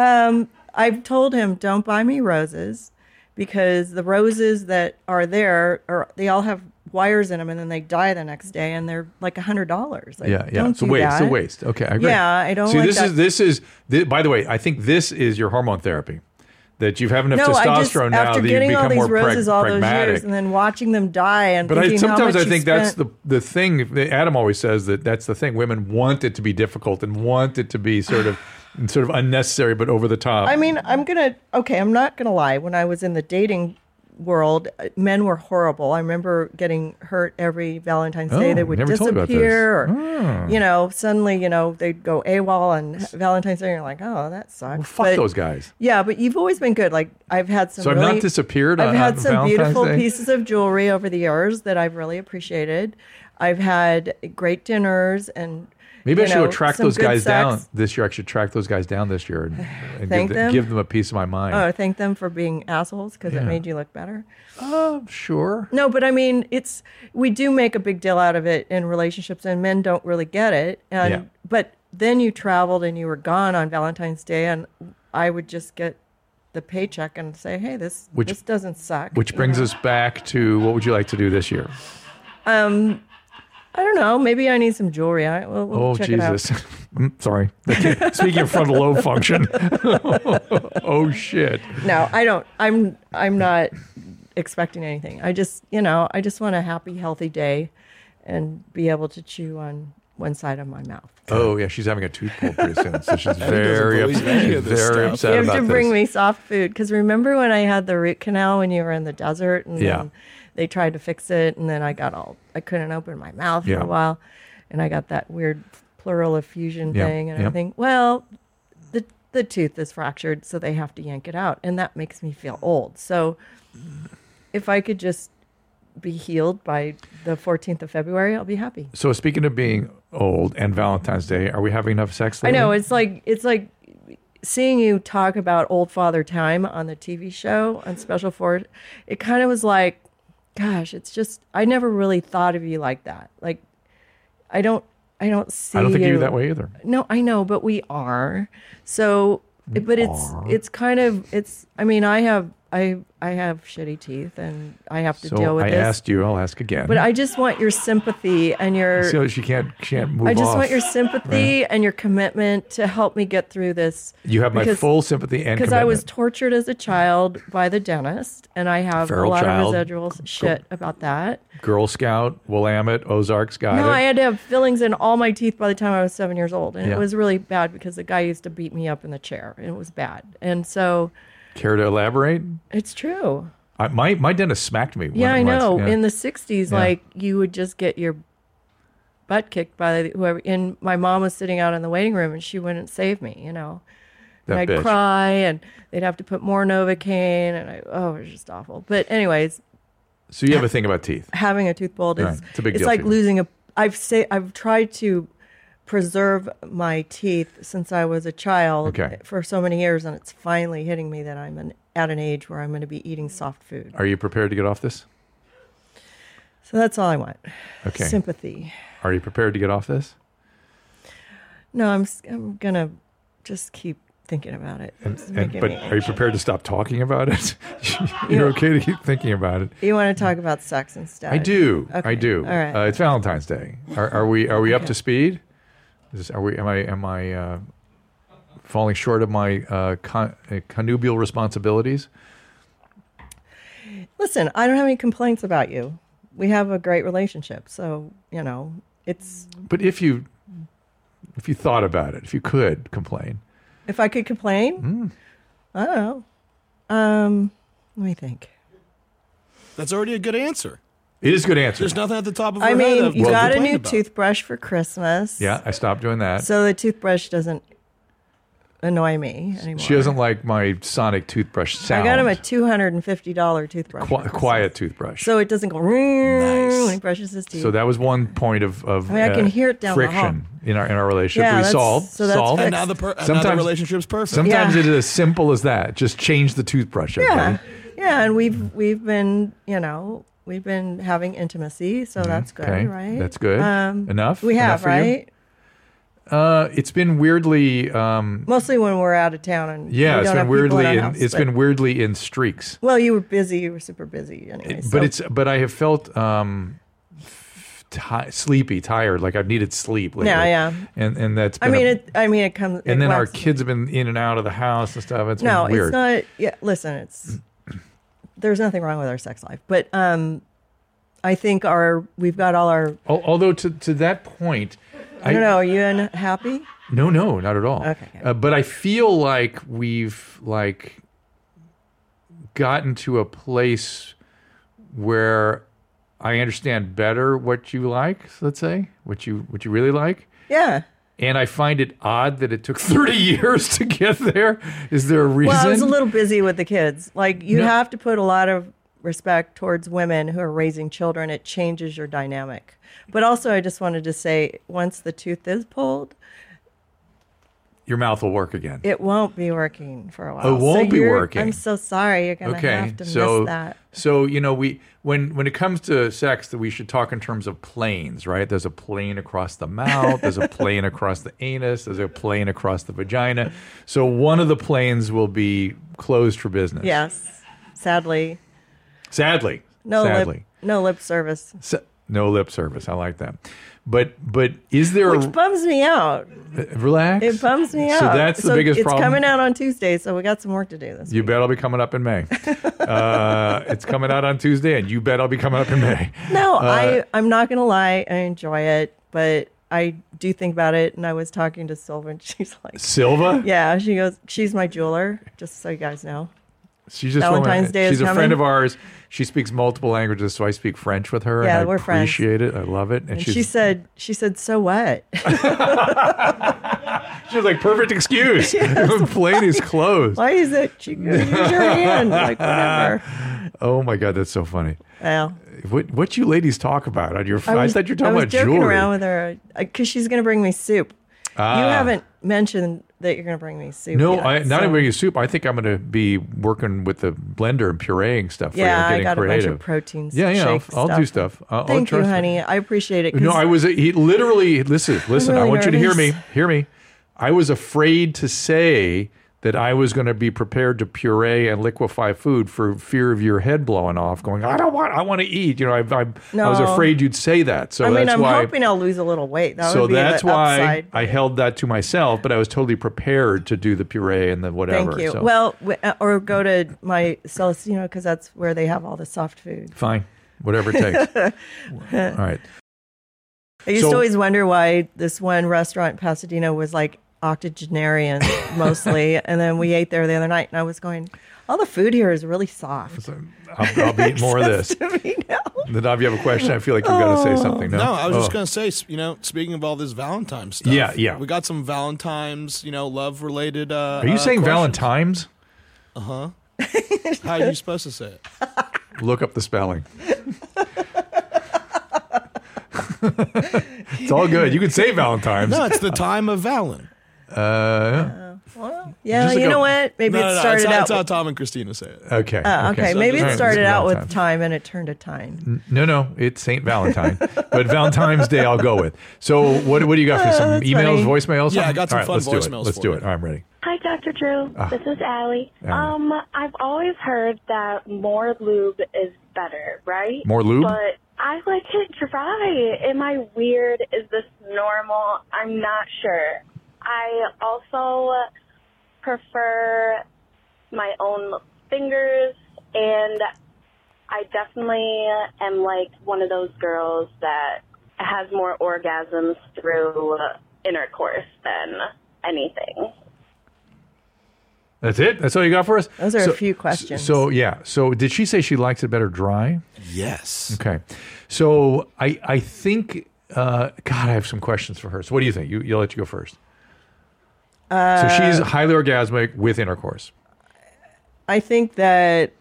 S2: I've told him, don't buy me roses because the roses that are there are they all have wires in them and then they die the next day and they're like a hundred dollars. Like,
S1: Yeah, yeah.
S2: Don't
S1: it's
S2: do
S1: a waste.
S2: that.
S1: It's a waste. Okay, I agree.
S2: Yeah, I don't
S1: See,
S2: like
S1: this is
S2: that.
S1: this is. This, by the way, I think this is your hormone therapy. That you've have enough
S2: No, I just
S1: testosterone now
S2: after
S1: that you've
S2: getting
S1: become
S2: all these
S1: more prag-
S2: roses all those
S1: pragmatic.
S2: years and then watching them die and
S1: But I,
S2: thinking
S1: sometimes
S2: how
S1: I
S2: much
S1: think
S2: you
S1: that's the
S2: spent-
S1: the thing. that Adam always says that that's the thing. Women want it to be difficult and want it to be sort of sort of unnecessary, but over the top.
S2: I mean, I'm gonna okay. I'm not gonna lie. When I was in the dating world, uh, men were horrible. I remember getting hurt every Valentine's Day.
S1: Oh,
S2: They would
S1: never told me about Oh.
S2: disappear, or you know, suddenly you know they'd go AWOL on Valentine's Day. And you're like, oh, that sucks.
S1: fuck
S2: But-
S1: those guys.
S2: Yeah, but you've always been good. Like I've had some.
S1: So I've
S2: really,
S1: not disappeared
S2: I've
S1: on-
S2: had
S1: on
S2: some
S1: Valentine's
S2: beautiful
S1: Day?
S2: pieces of jewelry over the years that I've really appreciated. I've had great dinners and.
S1: Maybe
S2: you
S1: I should
S2: know,
S1: go track
S2: some
S1: those
S2: good
S1: guys
S2: sex.
S1: down this year. I should track those guys down this year and, and
S2: Thank
S1: give,
S2: them?
S1: give them a piece of my mind.
S2: Oh, thank them for being assholes because it made you look better.
S1: Oh, sure.
S2: No, but I mean, it's we do make a big deal out of it in relationships, and men don't really get it. And
S1: Yeah.
S2: but then you traveled and you were gone on Valentine's Day, and I would just get the paycheck and say, "Hey, this
S1: Which-
S2: this doesn't suck."
S1: Which
S2: you
S1: brings
S2: know?
S1: us back to what would you like to do this year?
S2: Um, I don't know. Maybe I need some jewelry. I we'll, we'll
S1: Oh
S2: check
S1: Jesus! I'm sorry. Speaking of frontal lobe function. oh shit!
S2: it out. No, I don't. I'm I'm not expecting anything. I just you know I just want a happy, healthy day, and be able to chew on one side of my mouth.
S1: Oh yeah, she's having a tooth pulled pretty soon, so she's
S4: doesn't
S1: very
S4: believe
S1: upset.
S4: any
S1: She's
S4: of this
S1: very
S4: stuff.
S1: upset
S2: you have
S1: about
S2: to bring
S1: this.
S2: me soft food because remember when I had the root canal when you were in the desert and
S1: Yeah.
S2: then they tried to fix it and then I got all I couldn't open my mouth
S1: Yeah.
S2: for a while and I got that weird pleural effusion
S1: Yeah,
S2: thing and
S1: yeah.
S2: everything. Well, the the tooth is fractured, so they have to yank it out. And that makes me feel old. So if I could just be healed by the 14th of February, I'll be happy.
S1: So speaking of being old and Valentine's Day, are we having enough sex?
S2: I
S1: lately?
S2: know it's like it's like seeing you talk about old father time on the TV show on Special Force. It kind of was like, gosh, it's just I never really thought of you like that. Like, I don't, I don't see.
S1: I don't think you're that way either.
S2: No, I know, but we are. So, but it's it's kind of it's. I mean, I have I I have shitty teeth, and I have to deal
S1: So
S2: with
S1: I
S2: this.
S1: asked you. I'll ask again.
S2: but I just want your sympathy and your
S1: so she can't can't move.
S2: I just
S1: off.
S2: want your sympathy and your commitment to help me get through this.
S1: You have my
S2: because-
S1: full sympathy and
S2: Because I was
S1: commitment.
S2: tortured as a child by the dentist, and I have
S1: Feral
S2: a lot
S1: child.
S2: of residual shit about that.
S1: Girl Scout, Willamette, Ozarks got
S2: No,
S1: it.
S2: I had to have fillings in all my teeth by the time I was seven years old, and
S1: Yeah.
S2: it was really bad because the guy used to beat me up in the chair, and it was bad. And so
S1: Care to elaborate?
S2: it's true.
S1: I, my my dentist smacked me.
S2: Yeah, I
S1: once-
S2: know.
S1: yeah.
S2: In the '60s,
S1: Yeah.
S2: like you would just get your butt kicked by whoever. And my mom was sitting out in the waiting room, and she wouldn't save me. You know.
S1: that
S2: and I'd
S1: bitch.
S2: cry, and they'd have to put more Novocaine, and I oh, it was just awful. But anyways,
S1: So you have a thing about teeth.
S2: having a tooth pulled is
S1: Right. It's a big deal
S2: like
S1: for you.
S2: losing a. I've say I've tried to preserve my teeth since I was a child
S1: Okay.
S2: for so many years, and it's finally hitting me that I'm an, at an age where I'm going to be eating soft food.
S1: Are you prepared to get off this?
S2: So that's all I want.
S1: Okay.
S2: Sympathy.
S1: Are you prepared to get off this?
S2: No, I'm s- I'm gonna just keep thinking about it. It's
S1: And,
S2: making
S1: but
S2: me
S1: are you
S2: anxious.
S1: prepared to stop talking about it? You're okay to keep thinking about it.
S2: You want to talk about sex instead?
S1: I do. I
S2: Uh, Okay.
S1: do.
S2: All right.
S1: Uh, it's Valentine's Day. Are, are we are we up to speed? Is this, are we? Am I am I uh, falling short of my uh, con- uh, connubial responsibilities?
S2: Listen, I don't have any complaints about you. We have a great relationship. So, you know, it's
S1: But if you if you thought about it, if you could complain,
S2: if I could complain,
S1: Hmm.
S2: I don't know. Um, let me think.
S4: That's already a good answer.
S1: it is a good answer.
S4: There's nothing at the top of
S2: I
S4: her head
S2: mean,
S4: of
S2: you
S4: to
S2: got a
S4: complain
S2: new
S4: about.
S2: toothbrush for Christmas.
S1: yeah, I stopped doing that.
S2: So the toothbrush doesn't annoy me anymore.
S1: she doesn't like my sonic toothbrush
S2: I
S1: sound.
S2: got him a $250 toothbrush. for
S1: Qui-
S2: Christmas.
S1: quiet toothbrush.
S2: So it doesn't go nice. when he brushes his teeth.
S1: So that was one point of of uh,
S2: I mean, I can hear it down the hall.
S1: friction in our in our relationship.
S2: Yeah,
S1: we
S2: that's-
S1: solved.
S2: so that's
S1: solved.
S2: fixed.
S4: And now the, per- and now the
S1: Sometimes-
S4: relationship's perfect.
S1: Sometimes
S2: Yeah.
S1: it is as simple as that. Just change the toothbrush. Okay?
S2: yeah. Yeah. And we've, we've been, you know, we've been having intimacy. So that's good,
S1: Mm-hmm. Okay.
S2: right? Um,
S1: That's good. Enough?
S2: We
S1: Enough
S2: have,
S1: for you?
S2: right?
S1: Uh, it's been weirdly. Um,
S2: Mostly when we're out of town and
S1: yeah,
S2: we
S1: it's
S2: don't have
S1: been
S2: people
S1: weirdly.
S2: in, our
S1: In,
S2: house,
S1: it's
S2: but-
S1: been weirdly in streaks.
S2: well. You were busy. You were super busy anyway. so-
S1: But it's. But I have felt. Um, f- ti sleepy, tired, like I've needed sleep lately.
S2: Yeah, yeah.
S1: And and that's.
S2: I
S1: been a-
S2: mean, it. I mean, it comes.
S1: and
S2: it
S1: then our
S2: waxes.
S1: kids have been in and out of the house and stuff. It's
S2: No,
S1: been weird.
S2: it's not. Yeah, listen, it's. There's nothing wrong with our sex life, but um, I think our we've got all our.
S1: Al- Although to to that point,
S2: I don't know. Are you in happy?
S1: No, no, not at all.
S2: Okay.
S1: Uh, but I feel like we've like gotten to a place where I understand better what you like, let's say, what you what you really like.
S2: Yeah.
S1: And I find it odd that it took 30 years to get there. Is there a reason?
S2: Well, I was a little busy with the kids. Like you
S1: No.
S2: have to put a lot of respect towards women who are raising children. It changes your dynamic. But also, I just wanted to say, once the tooth is pulled,
S1: Your mouth will work again.
S2: it won't be working for a while.
S1: It won't
S2: So
S1: be
S2: you're-
S1: working.
S2: I'm so sorry. You're gonna
S1: okay.
S2: have to
S1: so
S2: miss that.
S1: so you know we when when it comes to sex that we should talk in terms of planes, right? There's a plane across the mouth, there's a plane across the anus, there's a plane across the vagina. So one of the planes will be closed for business.
S2: Yes, sadly,
S1: Sadly.
S2: no lip,
S1: Sadly.
S2: no lip service,
S1: Sa- no lip service. I like that. But but is there
S2: which bums me out.
S1: a relax?
S2: It bums me out.
S1: So that's the biggest
S2: it's
S1: problem.
S2: coming out on Tuesday, so we got some work to do this.
S1: You bet I'll be coming up in May. uh, it's coming out on Tuesday, and you bet I'll be coming up in May.
S2: No, I I'm not gonna lie. I enjoy it, but I do think about it. And I was talking to Sylvan. She's like,
S1: Silva?
S2: yeah, she goes, she's my jeweler. Just so you guys know,
S1: She's just
S2: Valentine's
S1: one,
S2: Day is
S1: She's a friend
S2: coming.
S1: of ours. She speaks multiple languages, so I speak French with her. and
S2: Yeah,
S1: I
S2: we're friends.
S1: appreciate it. I love it. And,
S2: And
S1: she's,
S2: she said, she said, so what?
S1: she's like perfect excuse. the plane is closed.
S2: Why is it? She goes, use your hand. Like, whatever.
S1: Oh my god, that's so funny.
S2: Well,
S1: What what you ladies talk about on your? I, thought you were
S2: I
S1: talking
S2: was
S1: about
S2: joking
S1: jewelry. Ah.
S2: around with her because she's going to bring me soup. You haven't mentioned that you're going to bring me soup.
S1: No,
S2: yet,
S1: I, not
S2: so-
S1: even bringing soup. I think I'm going to be working with the blender and pureeing stuff. for you,
S2: Yeah, I
S1: getting
S2: got
S1: creative.
S2: a bunch of protein.
S1: Yeah, yeah, I'll,
S2: shake
S1: I'll do
S2: stuff.
S1: stuff. I'll, I'll
S2: Thank you,
S1: trust
S2: honey. I appreciate it. 'cause
S1: No, I was he literally listen, listen. I
S2: really
S1: want you to hear me,
S2: nervous.
S1: hear me. I was afraid to say that I was going to be prepared to puree and liquefy food for fear of your head blowing off. Going, I don't want. I want to eat. You know, I, I, I was
S2: No.
S1: afraid you'd say that. So
S2: I mean,
S1: that's
S2: I'm
S1: why.
S2: hoping I'll lose a little weight. That
S1: so
S2: would be
S1: that's
S2: the
S1: why
S2: upside.
S1: I held that to myself, but I was totally prepared to do the puree and the whatever.
S2: Thank you.
S1: So.
S2: Well, w- uh, or go to my Celestino because that's where they have all the soft food.
S1: fine, whatever it takes. All right.
S2: I used
S1: So-
S2: to always wonder why this one restaurant in Pasadena was like octogenarian mostly, and then we ate there the other night, and I was going, all the food here is really soft.
S1: I'll, I'll be eating more of this.
S2: to me now.
S1: Then if you have a question, I feel like you've got to say something. No,
S4: No, I was
S1: Oh.
S4: just gonna say, s- you know, speaking of all this Valentine's stuff.
S1: Yeah, yeah.
S4: We got some Valentine's, you know, love related. Uh,
S1: Are you saying Valentine's?
S4: How are you supposed to say it?
S1: Look up the spelling. it's all good. You can say Valentine's.
S4: No, it's the time of Valen.
S1: Uh,
S2: Yeah,
S1: Just like
S2: you
S1: a-
S2: know what? Maybe
S4: no,
S2: it
S4: no, no,
S2: started
S4: it's, how- it's
S2: out.
S4: how Tom and Christina say it.
S1: okay.
S2: uh, okay, maybe
S1: All
S2: it
S1: right,
S2: started
S1: it's
S2: out with
S1: Valentine's.
S2: time and it turned to time.
S1: No, no, it's Saint Valentine, but Valentine's Day I'll go with. So what what do you got for some emails,
S2: Uh, funny.
S1: voicemails?
S4: Yeah, I got some
S1: All right,
S4: fun
S1: let's Do
S4: voicemails
S1: it. Let's
S4: for
S1: do
S4: you.
S1: it. All right, I'm ready.
S6: Hi, Dr. Drew. this is Allie.
S1: Ah. Allie.
S6: Um, I've always heard that more lube is better, right?
S1: More lube?
S6: But I like it dry. Am I weird? Is this normal? I'm not sure. I also prefer my own fingers, and I definitely am like one of those girls that has more orgasms through intercourse than anything.
S1: That's it. That's all you got for us.
S2: Those are a
S1: So-
S2: few questions.
S1: So yeah. So did she say she likes it better dry?
S4: Yes.
S1: Okay. So I I think uh, God, I have some questions for her. So what do you think? You you'll let you go first. Uh, so she's highly orgasmic with intercourse.
S2: I think that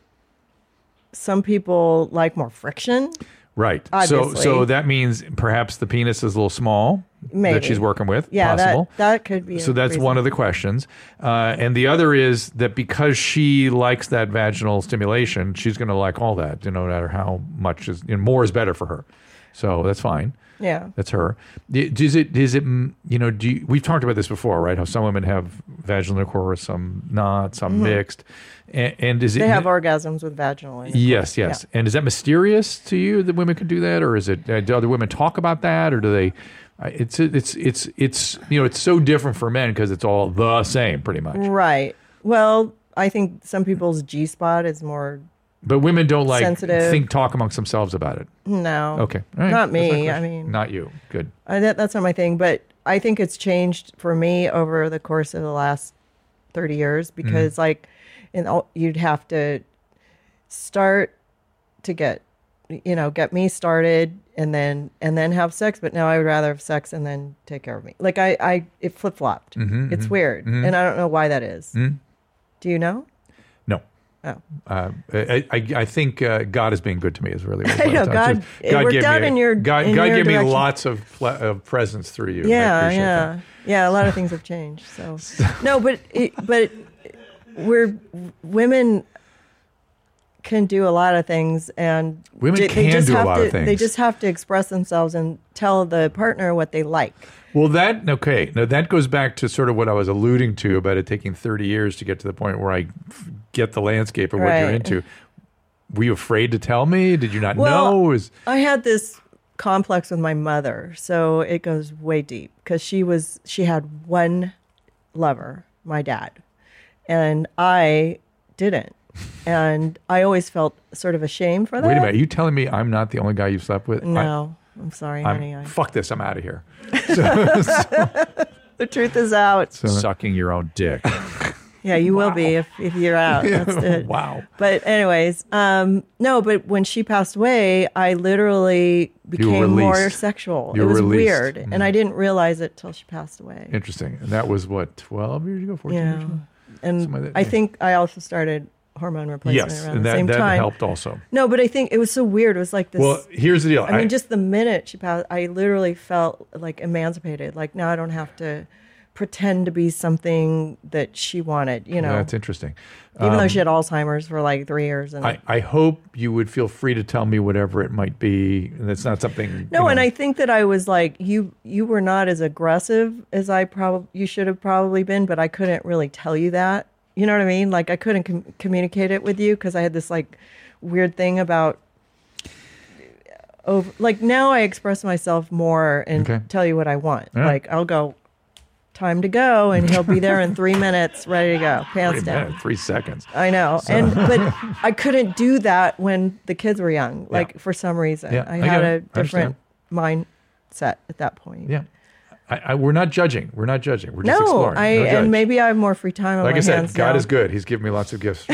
S2: some people like more friction.
S1: Right. So
S2: Obviously.
S1: so that means perhaps the penis is a little small
S2: Maybe.
S1: that she's working with.
S2: Yeah,
S1: possible.
S2: that that could be.
S1: so that's one of the questions, uh, and the other is that because she likes that vaginal stimulation, she's going to like all that, you know, no matter how much is you know, more is better for her. So that's fine.
S2: Yeah.
S1: That's her. D- Does it? Is it? mm, You know? Do you, we've talked about this before, right? How some women have vaginal intercourse, some not, some mixed, and, and is it?
S2: Mm-hmm. They have orgasms with vaginal. intercourse.
S1: Yes, yes. And is that mysterious to you that women could do that, or is it? Uh, do other women talk about that, or do they? I- It's it's it's it's you know it's so different for men because it's all the same pretty much.
S2: Right. Well, I think some people's G spot is more
S1: But women don't like
S2: Sensitive.
S1: think talk amongst themselves about it.
S2: no.
S1: Okay, All right.
S2: Not
S1: That's my
S2: me. I
S1: question.
S2: mean,
S1: not you. Good.
S2: I, that, that's not my thing. But I think it's changed for me over the course of the last thirty years because, like, in all, you'd have to start to get, you know, get me started, and then and then have sex. But now I would rather have sex and then take care of me. Like I, I it flip flopped. it's weird, and I don't know why that is. Do you know?
S1: No.
S2: Oh.
S1: Uh, I, I, I think uh, God is being good to me is really. What
S2: I know, God- it worked
S1: gave me
S2: out
S1: a-
S2: in your-
S1: God,
S2: in
S1: God
S2: your
S1: gave me
S2: direction.
S1: lots of ple- of presents through you. and I
S2: yeah
S1: appreciate
S2: yeah
S1: that.
S2: yeah a lot of things have changed so no but it, but we're women can do a lot of things and
S1: Women
S2: j-
S1: can do a
S2: have
S1: lot
S2: to,
S1: of
S2: they
S1: things.
S2: just have to express themselves and tell the partner what they like
S1: Well, that okay. Now that goes back to sort of what I was alluding to about it taking thirty years to get to the point where I f- get the landscape of what you're
S2: Right.
S1: into. Were you afraid to tell me? Did you not
S2: Well,
S1: know? Is
S2: I had this complex with my mother, so it goes way deep because she was she had one lover, my dad, and I didn't, and I always felt sort of ashamed for that.
S1: wait a minute? Are you telling me I'm not the only guy you slept with?
S2: No, I, am sorry,
S1: I,
S2: honey.
S1: am
S2: I,
S1: fuck this. I'm out of here.
S2: the truth is out.
S1: Sucking your own dick.
S2: Yeah, you will be if, if you're out. That's it.
S1: Wow.
S2: But anyways, um, no. But when she passed away, I literally became more
S1: released.
S2: sexual.
S1: You
S2: it
S1: were
S2: was
S1: released. Mm.
S2: weird, and I didn't realize it till she passed away.
S1: Interesting. And that was what, 12 years ago, 14 years
S2: yeah,
S1: ago?
S2: and
S1: Something like that,
S2: I
S1: yeah.
S2: think I also started hormone replacement
S1: Yes.
S2: around
S1: And
S2: the
S1: that,
S2: same
S1: that
S2: time.
S1: helped also.
S2: No, but I think it was so weird. It was like this.
S1: Well, here's the deal.
S2: I mean, just the minute she passed, I literally felt like emancipated. Like now I don't have to pretend to be something that she wanted. You know,
S1: That's interesting.
S2: even though she had Alzheimer's for like three years. And
S1: I, I hope you would feel free to tell me whatever it might be. And it's not something. you
S2: no,
S1: know-
S2: and I think that I was like you. You were not as aggressive as I probably you should have probably been, but I couldn't really tell you that. You know what I mean? Like I couldn't com- communicate it with you because I had this like weird thing about. Over, like now, I express myself more and
S1: Okay.
S2: tell you what I want.
S1: Yeah.
S2: Like I'll go, time to go, and he'll be there in three minutes, ready to go, pants
S1: Wait a
S2: down.
S1: minute, three seconds.
S2: I know, and but I couldn't do that when the kids were young. Like for some reason,
S1: Yeah,
S2: I
S1: I get
S2: had
S1: it. I
S2: a
S1: understand.
S2: different mindset at that point.
S1: Yeah. I, I, we're not judging. We're not judging. We're just
S2: No,
S1: exploring.
S2: I
S1: No judge.
S2: and maybe I have more free time on
S1: Like
S2: my
S1: I said,
S2: hands
S1: God
S2: now.
S1: is good. He's given me lots of gifts.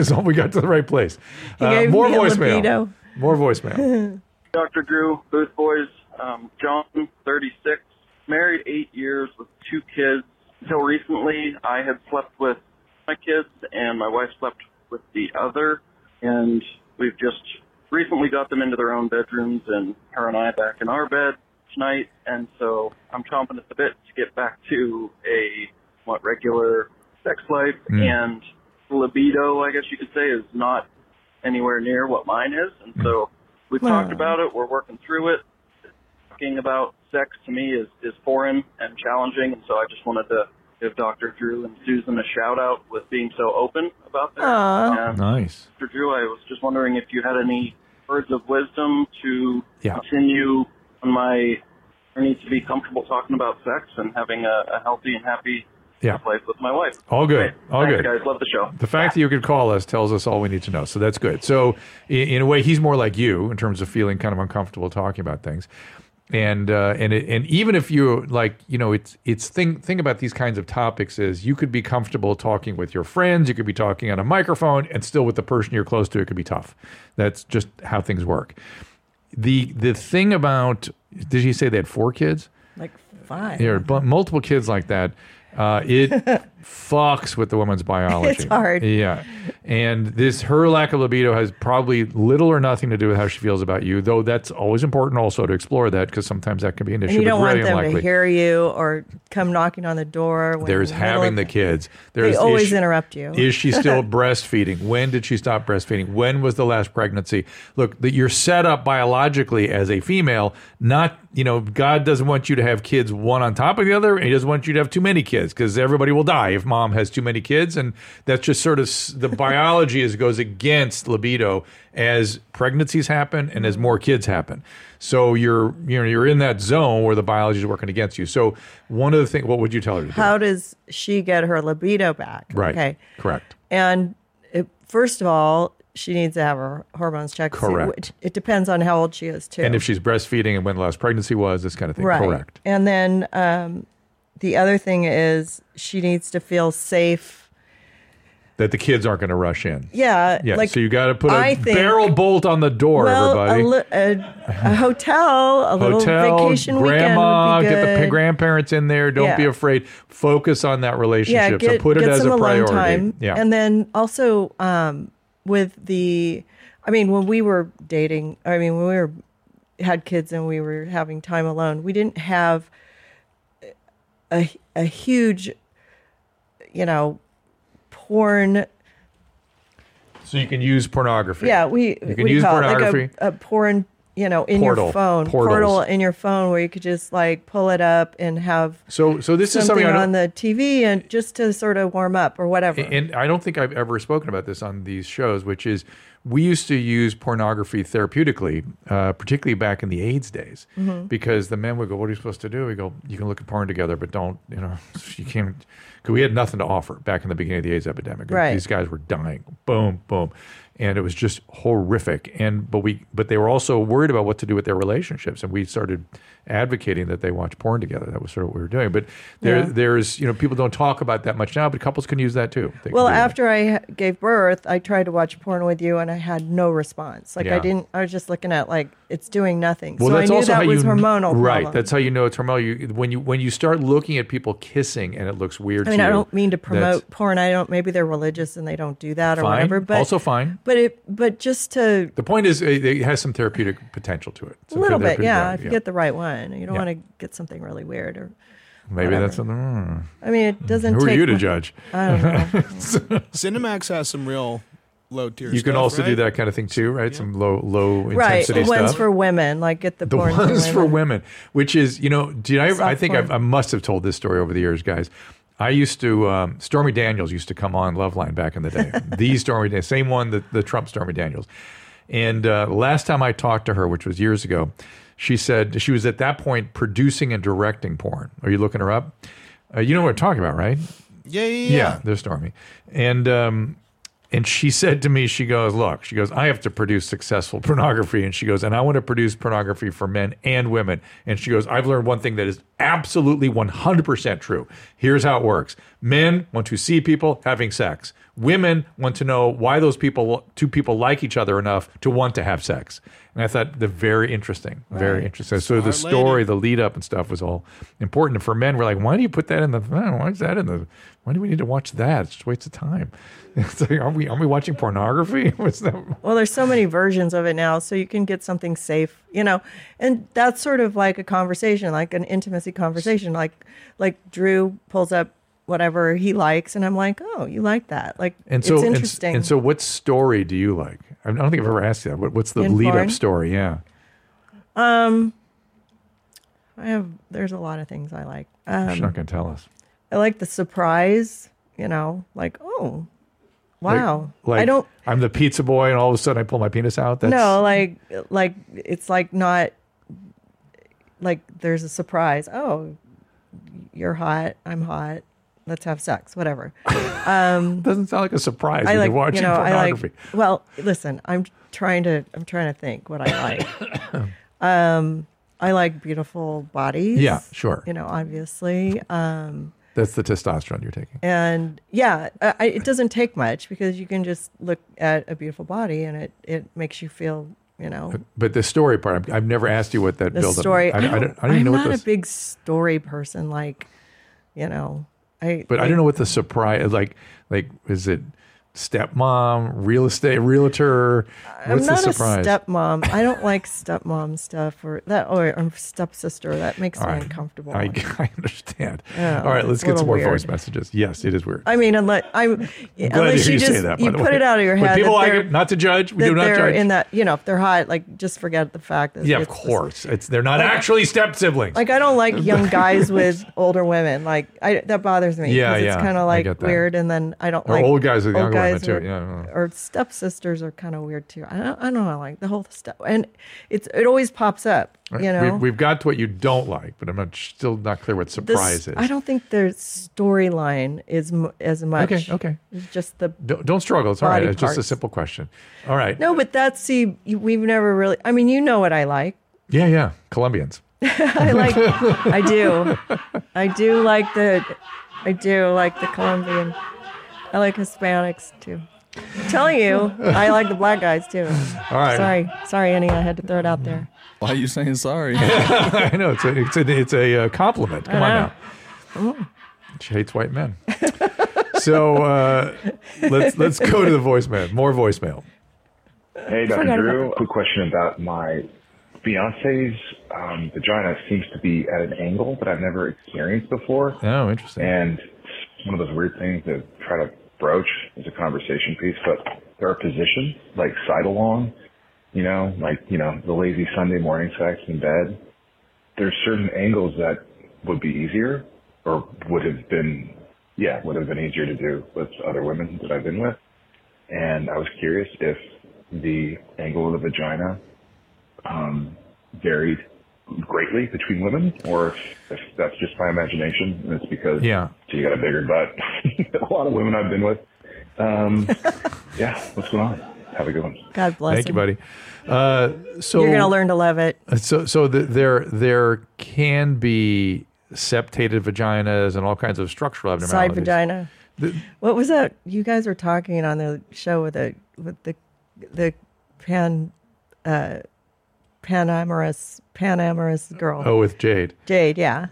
S1: so we got to the right place. Uh,
S2: gave
S1: more
S2: me a
S1: voicemail.
S2: libido.
S1: More voicemail.
S7: Dr. Drew, Booth Boys, um, John, 36, married eight years with two kids. Until recently, I had slept with my kids and my wife slept with the other. And we've just recently got them into their own bedrooms and her and I back in our bed tonight. And so I'm chomping at the bit to get back to a somewhat regular sex life. And libido, I guess you could say, is not anywhere near what mine is. And so we've talked about it. We're working through it. Talking about sex to me is, is foreign and challenging. And so I just wanted to give Dr. Drew and Susan a shout out with being so open about that.
S2: Aw.
S7: And
S1: nice.
S7: Dr. Drew, I was just wondering if you had any words of wisdom to
S1: Yeah.
S7: continue on my journey to be comfortable talking about sex and having a, a healthy and happy
S1: Yeah.
S7: life with my wife.
S1: All good.
S7: Great.
S1: All
S7: Thanks,
S1: good.
S7: guys. Love the show.
S1: The fact that you could call us tells us all we need to know. So that's good. So i- in a way, he's more like you in terms of feeling kind of uncomfortable talking about things. And uh, and it, and even if you like, you know, it's it's thing thing about these kinds of topics is you could be comfortable talking with your friends, you could be talking on a microphone, and still with the person you're close to, it could be tough. That's just how things work. The the thing about did you say they had four kids?
S2: like five.
S1: Here, but multiple kids like that, uh, it fucks with the woman's biology.
S2: It's hard.
S1: Yeah, and this her lack of libido has probably little or nothing to do with how she feels about you. Though that's always important also to explore that because sometimes that can be an issue.
S2: and you
S1: but
S2: don't want
S1: very
S2: them
S1: unlikely.
S2: to hear you or come knocking on the door. When
S1: There's
S2: you're in the middle
S1: having
S2: of-
S1: the kids. There's is
S2: always
S1: she-
S2: interrupt you.
S1: Is she still breastfeeding? When did she stop breastfeeding? When was the last pregnancy? Look, that you're set up biologically as a female. Not you know, God doesn't want you to have kids one on top of the other. and He doesn't want you to have too many kids because everybody will die if mom has too many kids, and that's just sort of s- the biology is goes against libido as pregnancies happen and as more kids happen. So you're you know you're in that zone where the biology is working against you. So one of the things, what would you tell her to do?
S2: How does she get her libido back?
S1: Right.
S2: Okay.
S1: Correct.
S2: And it, first of all, she needs to have her hormones checked. So
S1: Correct.
S2: It, it depends on how old she is too.
S1: And if she's breastfeeding and when the last pregnancy was, this kind of thing.
S2: Right.
S1: Correct.
S2: And then um, the other thing is she needs to feel safe.
S1: That the kids aren't going to rush in.
S2: Yeah.
S1: Yeah.
S2: Like
S1: so you got to put
S2: I
S1: a
S2: think-
S1: barrel bolt on the door,
S2: well,
S1: everybody.
S2: a, li- a, a hotel,
S1: Hotel,
S2: a little vacation
S1: grandma,
S2: weekend would be good.
S1: get the p- grandparents in there. Don't
S2: Yeah.
S1: be afraid. Focus on that relationship.
S2: yeah, get,
S1: so put it
S2: get
S1: as
S2: some
S1: a
S2: alone
S1: priority.
S2: time.
S1: Yeah.
S2: And then also um, with the, I mean, when we were dating, I mean, when we were had kids and we were having time alone, we didn't have a a huge, you know, porn.
S1: so you can use pornography.
S2: Yeah, we
S1: You can
S2: what do
S1: use
S2: call it?
S1: pornography.
S2: like a, a porn, you know, in
S1: Portal.
S2: your phone
S1: Portals.
S2: portal in your phone where you could just like pull it up and have.
S1: So, so this is
S2: Something
S1: something I don't,
S2: on the TV and just to sort of warm up or whatever.
S1: and I don't think I've ever spoken about this on these shows, which is we used to use pornography therapeutically, uh, particularly back in the AIDS days, because the men would go, "What are you supposed to do?" We go, "You can look at porn together, but don't, you know, you can't." Because we had nothing to offer back in the beginning of the AIDS epidemic.
S2: Right.
S1: These guys were dying. Boom, boom, and it was just horrific. And but we, but they were also worried about what to do with their relationships, and we started advocating that they watch porn together. That was sort of what we were doing. But there,
S2: Yeah.
S1: there's, you know, people don't talk about that much now, but couples can use that too. They can
S2: Well,
S1: do that.
S2: after I ha- gave birth, I tried to watch porn with you, and I had no response. Like
S1: Yeah.
S2: I didn't. I was just looking at like it's doing nothing.
S1: Well,
S2: so
S1: that's
S2: I knew
S1: also
S2: that
S1: how
S2: was
S1: you,
S2: hormonal.
S1: Right.
S2: problem.
S1: That's how you know it's hormonal. You, when you when you start looking at people kissing and it looks weird.
S2: I mean,
S1: to
S2: I
S1: you,
S2: don't mean to
S1: that's
S2: promote porn. I don't. Maybe they're religious and they don't do that or
S1: Fine.
S2: whatever. But
S1: also fine.
S2: But it. But just to
S1: The point is, it, it has some therapeutic potential to it.
S2: a
S1: Some
S2: little bit,
S1: therapeutic
S2: yeah.
S1: value,
S2: If you get the right one, you don't
S1: Yeah.
S2: want to get something really weird. Or
S1: Maybe that's something. mm,
S2: I mean, it doesn't.
S1: who are
S2: take
S1: you to
S2: mu-
S1: judge?
S2: I don't know.
S4: Cinemax has some real low tier.
S1: You can also do that kind of thing too, right? Some low low
S2: right.
S1: intensity
S2: The ones
S1: stuff.
S2: for women, like get the,
S1: the
S2: porn
S1: ones
S2: for
S1: for
S2: women.
S1: women, which is you know, did I? I
S2: Soft
S1: think
S2: porn.
S1: I've, I must have told this story over the years, guys. I used to um, Stormy Daniels used to come on Loveline back in the day. the Stormy Daniels, same one that the Trump Stormy Daniels. And uh, last time I talked to her, which was years ago, she said she was at that point producing and directing porn. Are you looking her up? Uh, you know what I'm talking about, right?
S4: Yeah, yeah,
S1: Yeah,
S4: yeah.
S1: they're stormy. And um, and she said to me, she goes, look, she goes, I have to produce successful pornography, and she goes, and I want to produce pornography for men and women. And she goes, I've learned one thing that is absolutely one hundred percent true. Here's how it works: men want to see people having sex. Women want to know why those people, two people, like each other enough to want to have sex. And I thought the very interesting, very interesting. So the
S4: Smart lady.
S1: story, the lead up and stuff was all important. And for men, we're like, why do you put that in the? Why is that in the? Why do we need to watch that? It's just waste of time. It's like, are we are we watching pornography? What's that?
S2: Well, there's so many versions of it now, so you can get something safe, you know. And that's sort of like a conversation, like an intimacy conversation. Like, like Drew pulls up whatever he likes, and I'm like, oh, you like that? Like,
S1: And so
S2: it's
S1: and-
S2: interesting.
S1: And, so, what story do you like? I don't think I've ever asked you that. What, what's the
S2: In
S1: lead
S2: porn?
S1: up story? Yeah.
S2: I have there's a lot of things I like.
S1: She's
S2: Um,
S1: not going to tell us.
S2: I like the surprise, you know, like oh,
S1: Like-
S2: wow.
S1: Like,
S2: I don't
S1: I'm the pizza boy, and all of a sudden I pull my penis out. That's,
S2: no like like it's like not like there's a surprise. Oh, you're hot. I'm hot. Let's have sex. Whatever.
S1: doesn't sound like a surprise.
S2: I
S1: when
S2: like
S1: you're watching
S2: you know I
S1: pornography.
S2: like. Well, listen, I'm trying to I'm trying to think what I like. um, I like beautiful bodies.
S1: Yeah, sure.
S2: You know, obviously. Uh,
S1: That's the testosterone you're taking.
S2: and yeah I, I- it doesn't take much because you can just look at a beautiful body and it it makes you feel you know
S1: But the story part, I've, I've never asked you what that
S2: the
S1: built
S2: story
S1: up. I, I don't, I don't
S2: am
S1: even know
S2: not
S1: what this.
S2: a big story person like you know i
S1: But I
S2: like-
S1: don't know what the surprise like. Like, is it stepmom, real estate realtor?
S2: I'm
S1: What's
S2: not
S1: the surprise?
S2: a stepmom. I don't like stepmom stuff or that, or I'm stepsister. That makes me uncomfortable.
S1: I, I understand.
S2: Yeah,
S1: All right,
S2: it's
S1: let's
S2: a
S1: get
S2: little
S1: some more
S2: weird.
S1: voice messages. Yes, it is weird.
S2: I mean, unless I'm,
S1: Glad to
S2: unless
S1: hear
S2: you
S1: you
S2: just
S1: say that. By
S2: you
S1: the
S2: put
S1: way.
S2: it out of your
S1: But
S2: head.
S1: people
S2: that
S1: like
S2: they're-
S1: it. Not to judge. We
S2: that
S1: do not
S2: they're
S1: judge.
S2: in that. You know, if they're hot, like just forget the fact that
S1: yeah, of
S2: it's just-
S1: course. It's they're not actually step siblings.
S2: Like I don't like young guys with older women. Like I, that bothers me.
S1: Yeah,
S2: 'cause
S1: yeah,
S2: It's kind
S1: I
S2: of like
S1: get that.
S2: weird, and then I don't
S1: Or
S2: like
S1: old guys with younger women, too.
S2: or,
S1: Yeah, I know.
S2: or stepsisters are kind of weird too. I don't, I don't know. Like the whole stuff, and it's it always pops up. You know,
S1: we've, we've got to what you don't like, but I'm not, still not clear what
S2: This-
S1: surprise is.
S2: I don't think their storyline is m- as much.
S1: Okay, okay.
S2: It's just the
S1: Don't, don't struggle. It's all right.
S2: Body
S1: It's just a
S2: parts.
S1: simple question. All right.
S2: no, but that's see, you- we've never really. I mean, you know what I like.
S1: Yeah, yeah. Colombians.
S2: I like. I do. I do like the. I do like the Colombian. I like Hispanics too. I'm telling you, I like the black guys too.
S1: All right.
S2: Sorry, sorry, Annie. I had to throw it out there.
S7: Why are you saying sorry?
S1: I know it's a it's a, it's a uh, compliment. Come on
S2: know.
S1: now. She hates white men. so uh, let's let's go to the voicemail. More voicemail.
S8: Hey, Dr.
S2: forgot
S8: Drew,
S2: about
S8: quick question about my fiance's um, vagina seems to be at an angle that I've never experienced before.
S1: Oh, interesting.
S8: And it's one of those weird things to try to broach as a conversation piece, but there are positions like side along, you know, like, you know, the lazy Sunday morning sex in bed. There's certain angles that would be easier or would have been, yeah, would have been easier to do with other women that I've been with. And I was curious if the angle of the vagina um, varied greatly between women, or if, if that's just my imagination, and it's because
S1: Yeah.
S8: so you got a bigger butt. a lot of women I've been with. Um, yeah, what's going on? Have a good one.
S2: God bless
S1: Thank you, buddy.
S2: him.
S1: Uh, so
S2: You're gonna learn to love it.
S1: So, so th there there can be septated vaginas and all kinds of structural abnormalities.
S2: Side vagina. what was that? You guys were talking on the show with the with the the pan uh panamorous panamorous girl
S1: Oh, with Jade.
S2: Jade, yeah,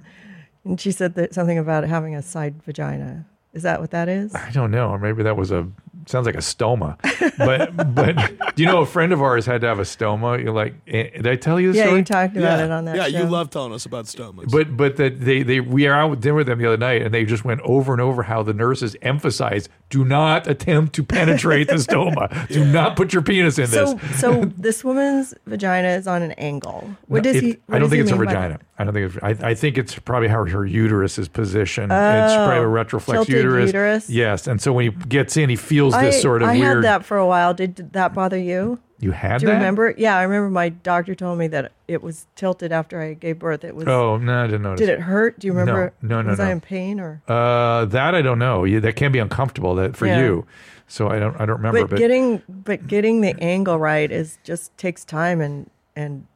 S2: and she said that something about having a side vagina. Is that what that is?
S1: I don't know, or maybe that was a sounds like a stoma. But but do you know a friend of ours had to have a stoma? You're like, eh, did I tell you this
S2: Yeah,
S1: story?
S2: you talked about
S4: yeah,
S2: it on that.
S4: yeah,
S2: show.
S4: you love telling us about stomas.
S1: But but that they they we are out with dinner with them the other night, and they just went over and over how the nurses emphasize: do not attempt to penetrate the stoma. Do not put your penis in
S2: So,
S1: this.
S2: so this woman's vagina is on an angle. What does
S1: It-
S2: he? what
S1: I don't
S2: does he
S1: think it's a
S2: mean by
S1: vagina. I don't think it's. I, I think it's probably how her uterus is positioned. it's probably a retroflex
S2: Oh, tilted
S1: uterus.
S2: uterus.
S1: Yes, and so when he gets in, he feels
S2: that?
S1: this sort of
S2: I, I
S1: weird.
S2: had that for a while. Did, did that bother you?
S1: You had
S2: Do you
S1: that?
S2: remember? Yeah, I remember. My doctor told me that it was tilted after I gave birth. It was.
S1: Oh no, I didn't notice.
S2: Did it hurt? Do you remember?
S1: No, no, no,
S2: Was I
S1: no.
S2: in pain or?
S1: Uh, that I don't know. Yeah, that can be uncomfortable. That for
S2: Yeah.
S1: you. So I don't. I don't remember.
S2: but,
S1: But,
S2: getting but getting the angle right is just takes time and and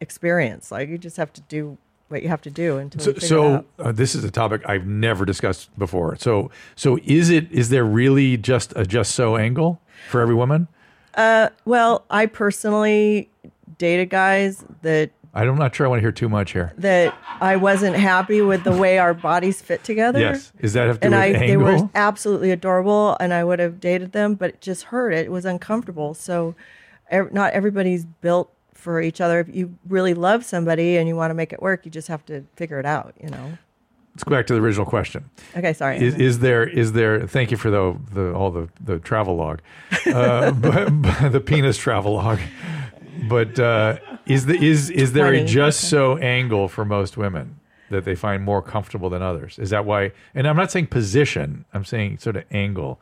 S2: experience. Like you just have to do what you have to do until
S1: so,
S2: you figure it
S1: so
S2: out.
S1: uh, this is a topic I've never discussed before. So so is it is there really just a just so angle for every woman?
S2: Well, I personally dated guys that
S1: I don't- I'm not sure I want to hear too much here.
S2: that I wasn't happy with the way our bodies fit together.
S1: Yes, is that have to
S2: And
S1: do
S2: I,
S1: with
S2: they
S1: angle?
S2: were absolutely adorable, and I would have dated them, but it just hurt. It was uncomfortable. So, ev- not everybody's built for each other. If you really love somebody and you want to make it work, you just have to figure it out. You know.
S1: Let's go back to the original question.
S2: Okay, sorry.
S1: Is, is there is there? Thank you for the the all the the travel log, uh, but, but the penis travel log. But uh, is the is is there a
S2: 20,
S1: just so angle for most women that they find more comfortable than others? Is that why? And I'm not saying position. I'm saying sort of angle.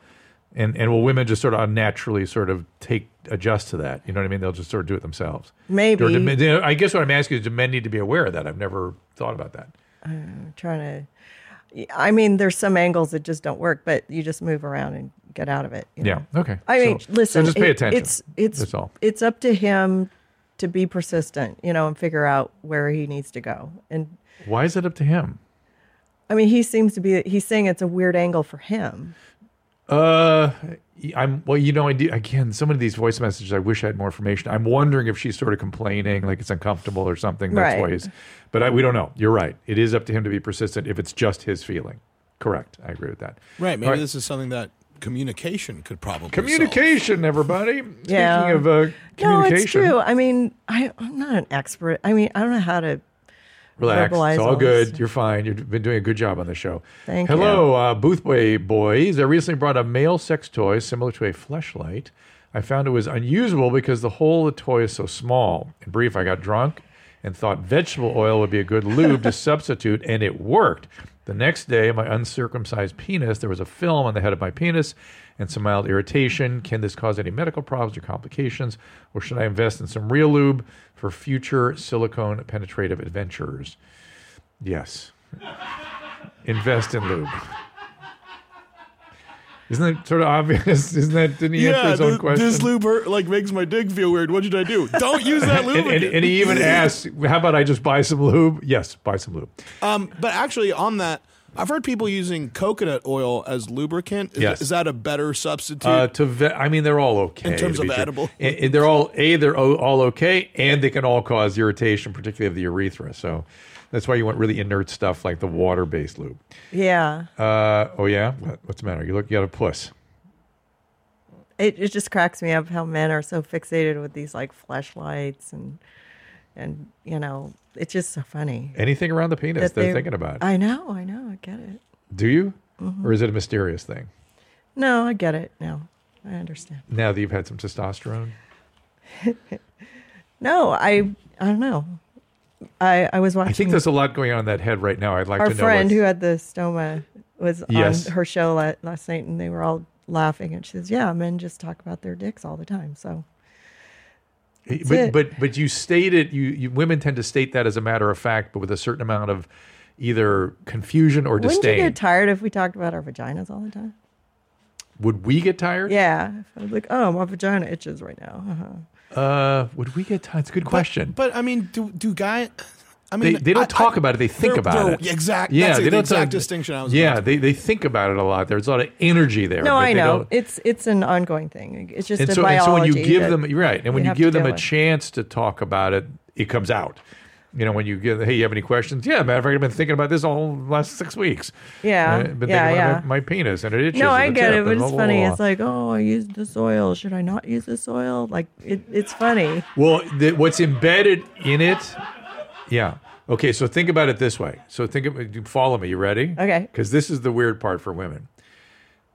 S1: And and will women just sort of unnaturally sort of take adjust to that? You know what I mean? They'll just sort of do it themselves.
S2: Maybe.
S1: Or do men- I guess what I'm asking is, do men need to be aware of that? I've never thought about that.
S2: I'm trying to. I mean, there's some angles that just don't work, but you just move around and get out of it. you
S1: Yeah.
S2: know?
S1: Okay.
S2: I mean,
S1: So-
S2: listen.
S1: So just pay
S2: it-
S1: attention.
S2: It's it's
S1: That's all.
S2: it's up to him to be persistent, you know, and figure out where he needs to go. And
S1: Why is it up to him?
S2: I mean, he seems to be. He's saying it's a weird angle for him.
S1: Uh, I'm well. You know, I do again. Some of these voice messages, I wish I had more information. I'm wondering if she's sort of complaining, like it's uncomfortable or something. That's
S2: Right.
S1: why he's. But I, we don't know. You're right. It is up to him to be persistent if it's just his feeling. Correct. I agree with that.
S4: right, maybe
S1: All right.
S4: this is something that communication could probably
S1: Communication, everybody.
S2: Yeah.
S1: Speaking of uh,
S2: No, it's
S1: communication,
S2: true. I mean, I, I'm not an expert. I mean, I don't know how to.
S1: relax.
S2: verbalize
S1: It's all
S2: all this.
S1: good. You're fine. You've been doing a good job on the show.
S2: Thank
S1: Hello, Hello, uh, Boothway boys. I recently brought a male sex toy similar to a fleshlight. I found it was unusable because the hole of the toy is so small. In brief, I got drunk and thought vegetable oil would be a good lube to substitute, and it worked. The next day, my uncircumcised penis, there was a film on the head of my penis and some mild irritation. Can this cause any medical problems or complications, or should I invest in some real lube for future silicone penetrative adventures? Yes. Invest in lube. Isn't that sort of obvious? Isn't that didn't he answer
S4: Yeah,
S1: his own
S4: this,
S1: question?
S4: this lube hurt, like makes my dick feel weird. What did I do? Don't use that
S1: and,
S4: lubricant.
S1: and, and he even asks, "How about I just buy some lube?" Yes, buy some lube.
S4: Um, but actually, on that, I've heard people using coconut oil as lubricant. Is,
S1: Yes.
S4: is that a better substitute?
S1: Uh, to ve- I mean, they're all okay
S4: In terms
S1: to be
S4: of
S1: sure.
S4: edible.
S1: And- and they're all a they're o- all okay, and they can all cause irritation, particularly of the urethra. So that's why you want really inert stuff like the water based lube.
S2: Yeah,
S1: Uh, oh yeah, what, what's the matter? You look, you got a puss.
S2: it it just cracks me up how men are so fixated with these like flashlights and and you know it's just so funny.
S1: Anything around the penis?
S2: that Uh,
S1: They're
S2: they-
S1: thinking about.
S2: I know, I know, I get it.
S1: Do you, or is it a mysterious thing?
S2: No, I get it now. I understand.
S1: Now that you've had some testosterone.
S2: No, I I don't know. I I was watching.
S1: I think there's a lot going on in that head right now. I'd like
S2: our
S1: to know.
S2: friend
S1: what's-
S2: who had the stoma was
S1: Yes.
S2: on her show la- last night, and they were all laughing. And she says, "Yeah, men just talk about their dicks all the time." So
S1: but,
S2: it.
S1: but but you state it. You, you women tend to state that as a matter of fact, but with a certain amount of either confusion or
S2: Wouldn't you
S1: disdain.
S2: get tired if we talked about our vaginas all the time?
S1: would we get tired?
S2: Yeah. I was like, oh, my vagina itches right now. Uh-huh.
S1: Uh, would we get tired? It's a good question.
S4: But I mean, do do guys? I
S1: they,
S4: mean,
S1: they don't
S4: I-
S1: talk
S4: I-
S1: about it. They think
S4: they're-
S1: about
S4: they're-
S1: it.
S4: yeah, exact-
S1: Yeah,
S4: that's
S1: they
S4: the
S1: don't
S4: exact
S1: talk-
S4: distinction I was
S1: Yeah,
S4: about.
S1: they they think about it a lot. There's a lot of energy there.
S2: No,
S1: but
S2: I
S1: they
S2: know.
S1: don't-
S2: It's it's an ongoing thing. It's just
S1: and
S2: a
S1: so, and so when
S2: biology.
S1: you give
S2: that-
S1: them you're right, and when
S2: you
S1: you
S2: have to
S1: give them
S2: deal
S1: a
S2: with.
S1: chance to talk about it, it comes out. You know, when you give, hey, you have any questions? Yeah, matter of fact, I've been thinking about this all last six weeks.
S2: Yeah,
S1: Uh, been
S2: yeah,
S1: thinking
S2: yeah.
S1: about my, my penis and it itches.
S2: No,
S1: and
S2: I
S1: the
S2: get
S1: tip
S2: it,
S1: and
S2: but it's
S1: blah, blah,
S2: funny.
S1: blah.
S2: It's like, oh, I used this oil. Should I not use this oil? Like, it, it's funny.
S1: Well, the, what's embedded in it? Yeah. Okay, so think about it this way. So think of you follow me. You ready?
S2: Okay.
S1: Because this is the weird part for women.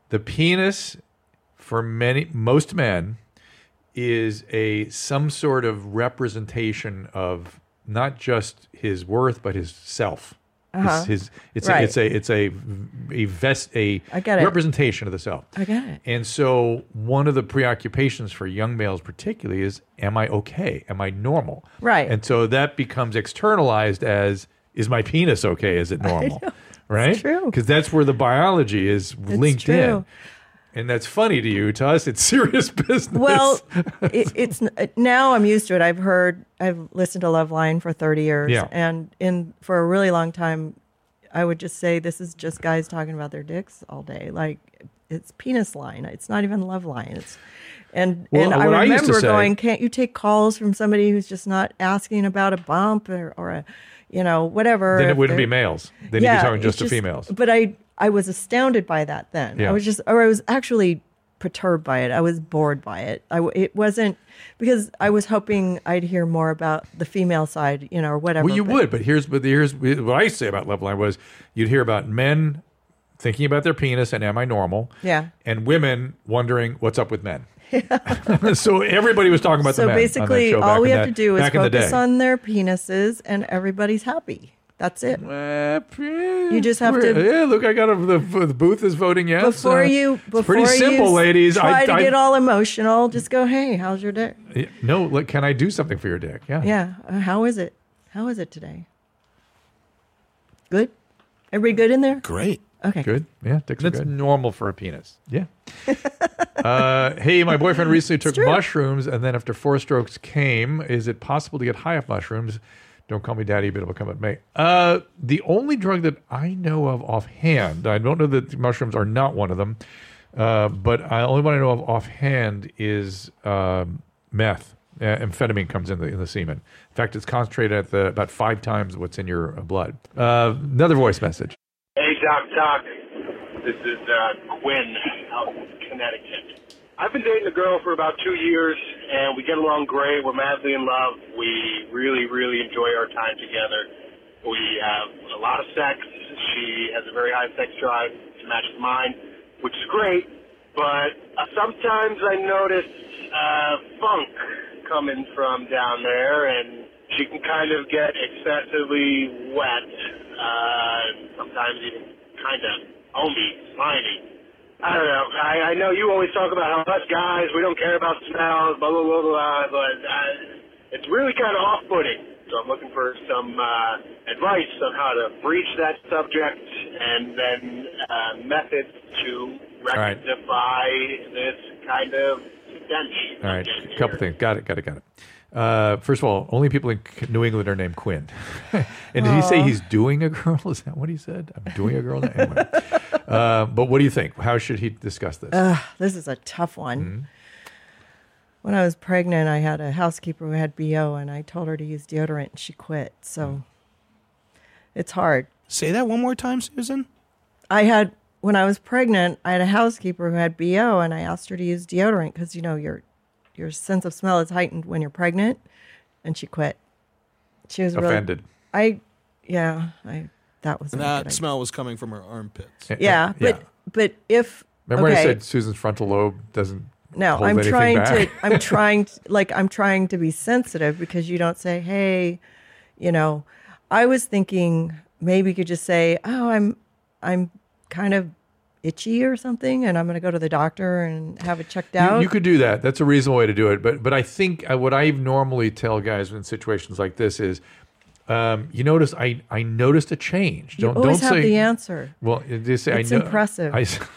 S1: The penis, for many most men, is a some sort of representation of not just his worth but his self. His, his it's
S2: Uh-huh. Right.
S1: a, it's a it's a a vest a
S2: I get it.
S1: representation of the self.
S2: I get it.
S1: And so, one of the preoccupations for young males, particularly, is am I okay? Am I normal?
S2: Right.
S1: And so that becomes externalized as is my penis okay? Is it normal? Right?
S2: true.
S1: Because that's where the biology is linked in.
S2: true.
S1: And that's funny to you. To us, it's serious business.
S2: Well, it, it's n- now I'm used to it. I've heard, I've listened to Love Line for 30 years,
S1: Yeah.
S2: and in for a really long time, I would just say this is just guys talking about their dicks all day. Like it's penis line. It's not even Love Line. It's and
S1: Well,
S2: and
S1: what
S2: I
S1: I used to
S2: remember
S1: say-
S2: going, can't you take calls from somebody who's just not asking about a bump or, or a, you know, whatever.
S1: then it
S2: if
S1: wouldn't
S2: they're-
S1: be males. Then you'd be talking
S2: it's
S1: just to females.
S2: But I I was astounded by that then.
S1: Yeah.
S2: I was just or I was actually perturbed by it. I was bored by it. I w- it wasn't because I was hoping I'd hear more about the female side, you know, or whatever.
S1: Well, you
S2: but-
S1: would, but here's but here's what I say about Love Line was you'd hear about men thinking about their penis and am I normal?
S2: Yeah.
S1: And women wondering what's up with men. so everybody was talking about
S2: So
S1: the men. on that
S2: basically
S1: show back
S2: all we
S1: in
S2: have
S1: that-
S2: to do is
S1: back in the
S2: focus
S1: day.
S2: on their penises and everybody's happy. That's it.
S1: Uh,
S2: You just have
S1: we're-
S2: to-
S1: Yeah, look, I got a, the, the booth is voting yes.
S2: Before
S1: Uh,
S2: you
S1: it's
S2: before
S1: pretty simple,
S2: you
S1: ladies.
S2: try
S1: I,
S2: to
S1: I-
S2: get all emotional, just go, "Hey, how's your day?"
S1: no, look, can I do something for your dick? Yeah.
S2: Yeah. Uh, How is it? How is it today? Good? Everybody good in there?
S4: Great.
S2: Okay.
S1: Good. Yeah, dicks are
S3: That's
S1: good.
S3: normal for a penis.
S1: Yeah. uh, hey, my boyfriend recently took mushrooms, and then after four strokes came. Is it possible to get high off mushrooms? Don't call me daddy, but it'll come at me. Uh, the only drug that I know of offhand, I don't know that mushrooms are not one of them, uh, but I only one I know of offhand is um, meth. Uh, amphetamine comes in the in the semen. In fact, it's concentrated at the about five times what's in your uh, blood. Uh, another voice message.
S7: Hey, Doc Doc. This is uh, Quinn out in Connecticut. I've been dating a girl for about two years, and we get along great. We're madly in love. We really, really enjoy our time together. We have a lot of sex. She has a very high sex drive to match mine, which is great. But uh, sometimes I notice uh, funk coming from down there, and she can kind of get excessively wet, uh, sometimes even kind of homey, slimy. I don't know. I, I know you always talk about how us guys, we don't care about smells, blah, blah, blah, blah, but uh, it's really kind of off-putting. So I'm looking for some uh, advice on how to breach that subject and then uh, methods to
S1: right.
S7: rectify this kind of stench.
S1: All right,
S7: subject
S1: a couple
S7: here.
S1: things. Got it, got it, got it. Uh, first of all, only people in C- New England are named Quinn. and did he say he's doing a girl? Is that what he said? I'm doing a girl now. Anyway. uh, but what do you think? How should he discuss this?
S2: This is a tough one.
S1: Mm-hmm.
S2: When I was pregnant, I had a housekeeper who had BO, and I told her to use deodorant, and she quit. So
S1: Mm.
S2: it's hard.
S4: Say that one more time, Susan.
S2: I had when I was pregnant, I had a housekeeper who had BO, and I asked her to use deodorant because you know your your sense of smell is heightened when you're pregnant, and she quit. She was really-
S1: Offended.
S2: I, yeah, I that was
S4: And
S2: not a good
S4: that
S2: idea.
S4: smell was coming from her armpits.
S2: Yeah, but but if
S1: Remember
S2: okay,
S1: I said Susan's frontal lobe doesn't.
S2: no,
S1: hold
S2: I'm
S1: anything
S2: trying
S1: back?
S2: to I'm trying to, like I'm trying to be sensitive because you don't say hey, you know, I was thinking maybe you could just say oh I'm I'm kind of itchy or something, and I'm going to go to the doctor and have it checked out.
S1: You, you could do that. That's a reasonable way to do it. But but I think uh, what I normally tell guys in situations like this is, um, you notice I I noticed a change.
S2: You
S1: Don't
S2: always
S1: don't say
S2: have the answer.
S1: Well, it- just say
S2: It's
S1: I know.
S2: impressive.
S1: I, s-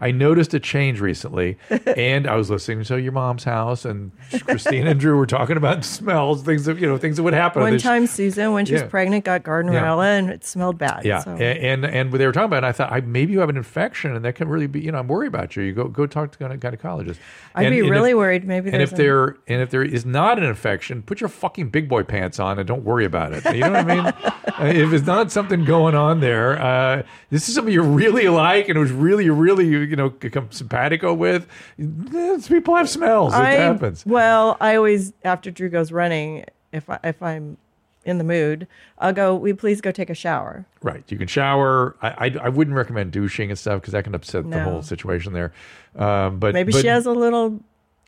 S1: I noticed a change recently, and I was listening to your mom's house, and Christine and Drew were talking about smells, things that you know, things that would happen. on
S2: One
S1: this-
S2: time, Susan, when she
S1: Oh, Yeah.
S2: was pregnant, got gardenerella, and it smelled bad.
S1: Yeah,
S2: so.
S1: A- and, and they were talking about, it, and I thought I, maybe you have an infection, and that can really be. You know, I'm worried about you. You go go talk to a gyne- gynecologist.
S2: I'd
S1: And-
S2: be
S1: and if-
S2: really worried. Maybe
S1: and
S2: there's
S1: if there and if there is not an infection, put your fucking big boy pants on and don't worry about it. You know what I mean? Uh, if it's not something going on there, uh, this is something you really like and it was really you really you know become simpatico with. Yes, People have smells. It
S2: I-
S1: happens.
S2: Well, I always after Drew goes running, if I, if I'm in the mood, I'll go. We please go take a shower.
S1: Right. You can shower. I I, I wouldn't recommend douching and stuff because that can upset the
S2: No.
S1: whole situation there. Um, but
S2: Maybe
S1: but
S2: she has a little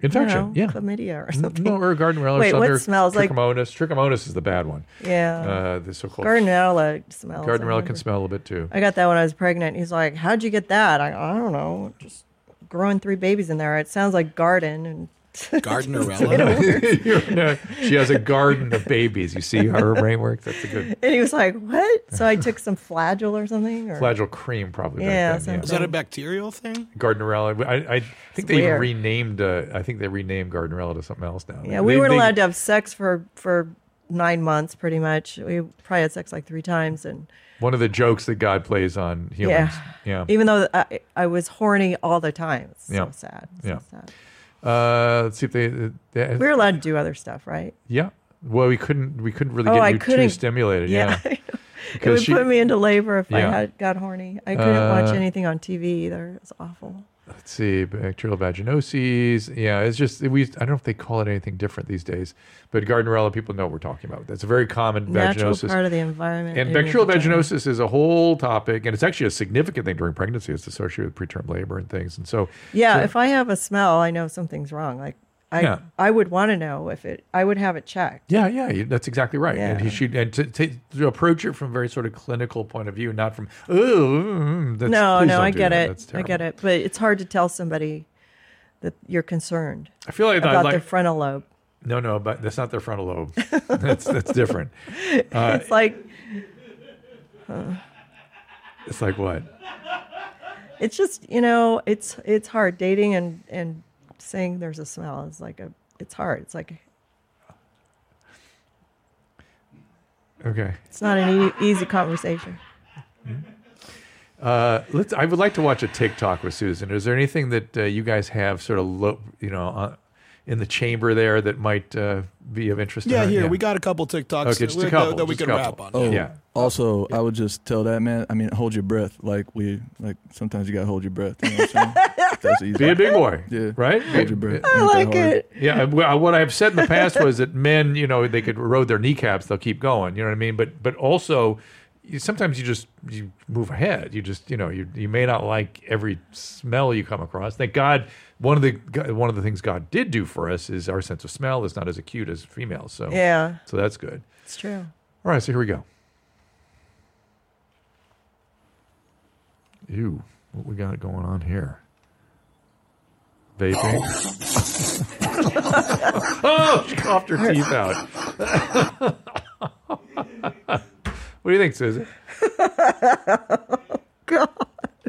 S1: infection.
S2: you know,
S1: yeah. Mm-hmm.
S2: chlamydia or
S1: No,
S2: something.
S1: no, or gardenella.
S2: Wait,
S1: or
S2: what
S1: something, or
S2: smells like-
S1: trichomonas? Trichomonas is the bad one.
S2: Yeah.
S1: Uh, the so-called
S2: Gardenella smells. I
S1: Gardenella
S2: remember.
S1: can smell a little bit too.
S2: I got that when I was pregnant. He's like, "How'd you get that?" I, I don't know. Just growing three babies in there. It sounds like garden and
S4: Gardenerella.
S1: You know, she has a garden of babies. You see how her brain works? That's a good
S2: And he was like, "What?" So I took some Flagel or something. Or
S1: flagell cream, probably.
S2: Yeah,
S1: back then,
S2: something.
S4: Is that a bacterial thing?
S1: yeah. Gardnerella. I, I think they
S2: weird.
S1: renamed. Uh, I think they renamed Gardnerella to something else now.
S2: Yeah, we
S1: They-
S2: weren't
S1: they-
S2: allowed to have sex for for nine months, pretty much. We probably had sex like three times, and
S1: One of the jokes that God plays on humans. Yeah.
S2: even though I, I was horny all the time, it's
S1: Yeah.
S2: so sad. it's
S1: Yeah.
S2: so sad.
S1: Uh, let's see if they. they-
S2: We were allowed to do other stuff, right?
S1: yeah. Well, we couldn't. We couldn't really
S2: Oh,
S1: get
S2: I
S1: you too
S2: couldn't-
S1: stimulated. Yeah.
S2: It would put me into labor if I
S1: Yeah.
S2: had got horny. I couldn't watch
S1: Uh,
S2: anything on TV either. It's awful.
S1: Let's see, bacterial vaginoses. Yeah, it's just we. I don't know if they call it anything different these days, but Gardnerella, people know what we're talking about. That's a very common
S2: Natural
S1: vaginosis.
S2: part of the environment.
S1: And
S2: in your
S1: bacterial
S2: vagina.
S1: vaginosis is a whole topic, and it's actually a significant thing during pregnancy. It's associated with preterm labor and things. And so,
S2: Yeah, if I have a smell, I know something's wrong. Like I,
S1: Yeah.
S2: I would want to know if it. I would have it checked.
S1: yeah, yeah, you- that's exactly right. And he
S2: Yeah.
S1: should and to, to, to approach it from a very sort of clinical point of view, not from oh, that's,
S2: no,
S1: please
S2: no,
S1: don't
S2: I
S1: do
S2: get
S1: that.
S2: it.
S1: That's
S2: I get
S1: terrible."
S2: it. But it's hard to tell somebody that you're concerned
S1: I feel like I'd
S2: about
S1: Uh, like
S2: their frontal lobe.
S1: no, no, but that's not their frontal lobe. that's that's different. Uh,
S2: it's like
S1: It's like what?
S2: it's just you know it's it's hard dating and and saying there's a smell is like a it's hard. It's like
S1: Okay.
S2: it's not an e- easy conversation.
S1: Uh, let's. I would like to watch a TikTok with Susan. Is there anything that uh, you guys have sort of, lo- you know, uh, in the chamber there that might uh, be of interest? to
S4: Yeah,
S1: her?
S4: here we got a couple TikToks
S1: Okay, just a
S4: that-
S1: couple,
S4: that we
S1: just a
S4: can
S1: couple.
S4: wrap on.
S1: Oh.
S9: Oh,
S1: Yeah.
S9: Also, I would just tell that man. I mean, hold your breath. Like we, like sometimes you gotta hold your breath. You know what I'm saying? That's easy.
S1: Be a big boy.
S9: Yeah.
S1: Right?
S9: Hold your breath.
S2: I like it.
S1: Yeah. well, What I've said in the past was that men, you know, they could erode their kneecaps, they'll keep going. You know what I mean? But but also, you, sometimes you just you move ahead. You just you know you you may not like every smell you come across. Thank God, one of the one of the things God did do for us is our sense of smell is not as acute as females. So
S2: Yeah,
S1: So that's good.
S2: it's true.
S1: All right, so here we go. Ew, what we got going on here? Vaping. oh, she coughed her teeth out. what do you think, Susan?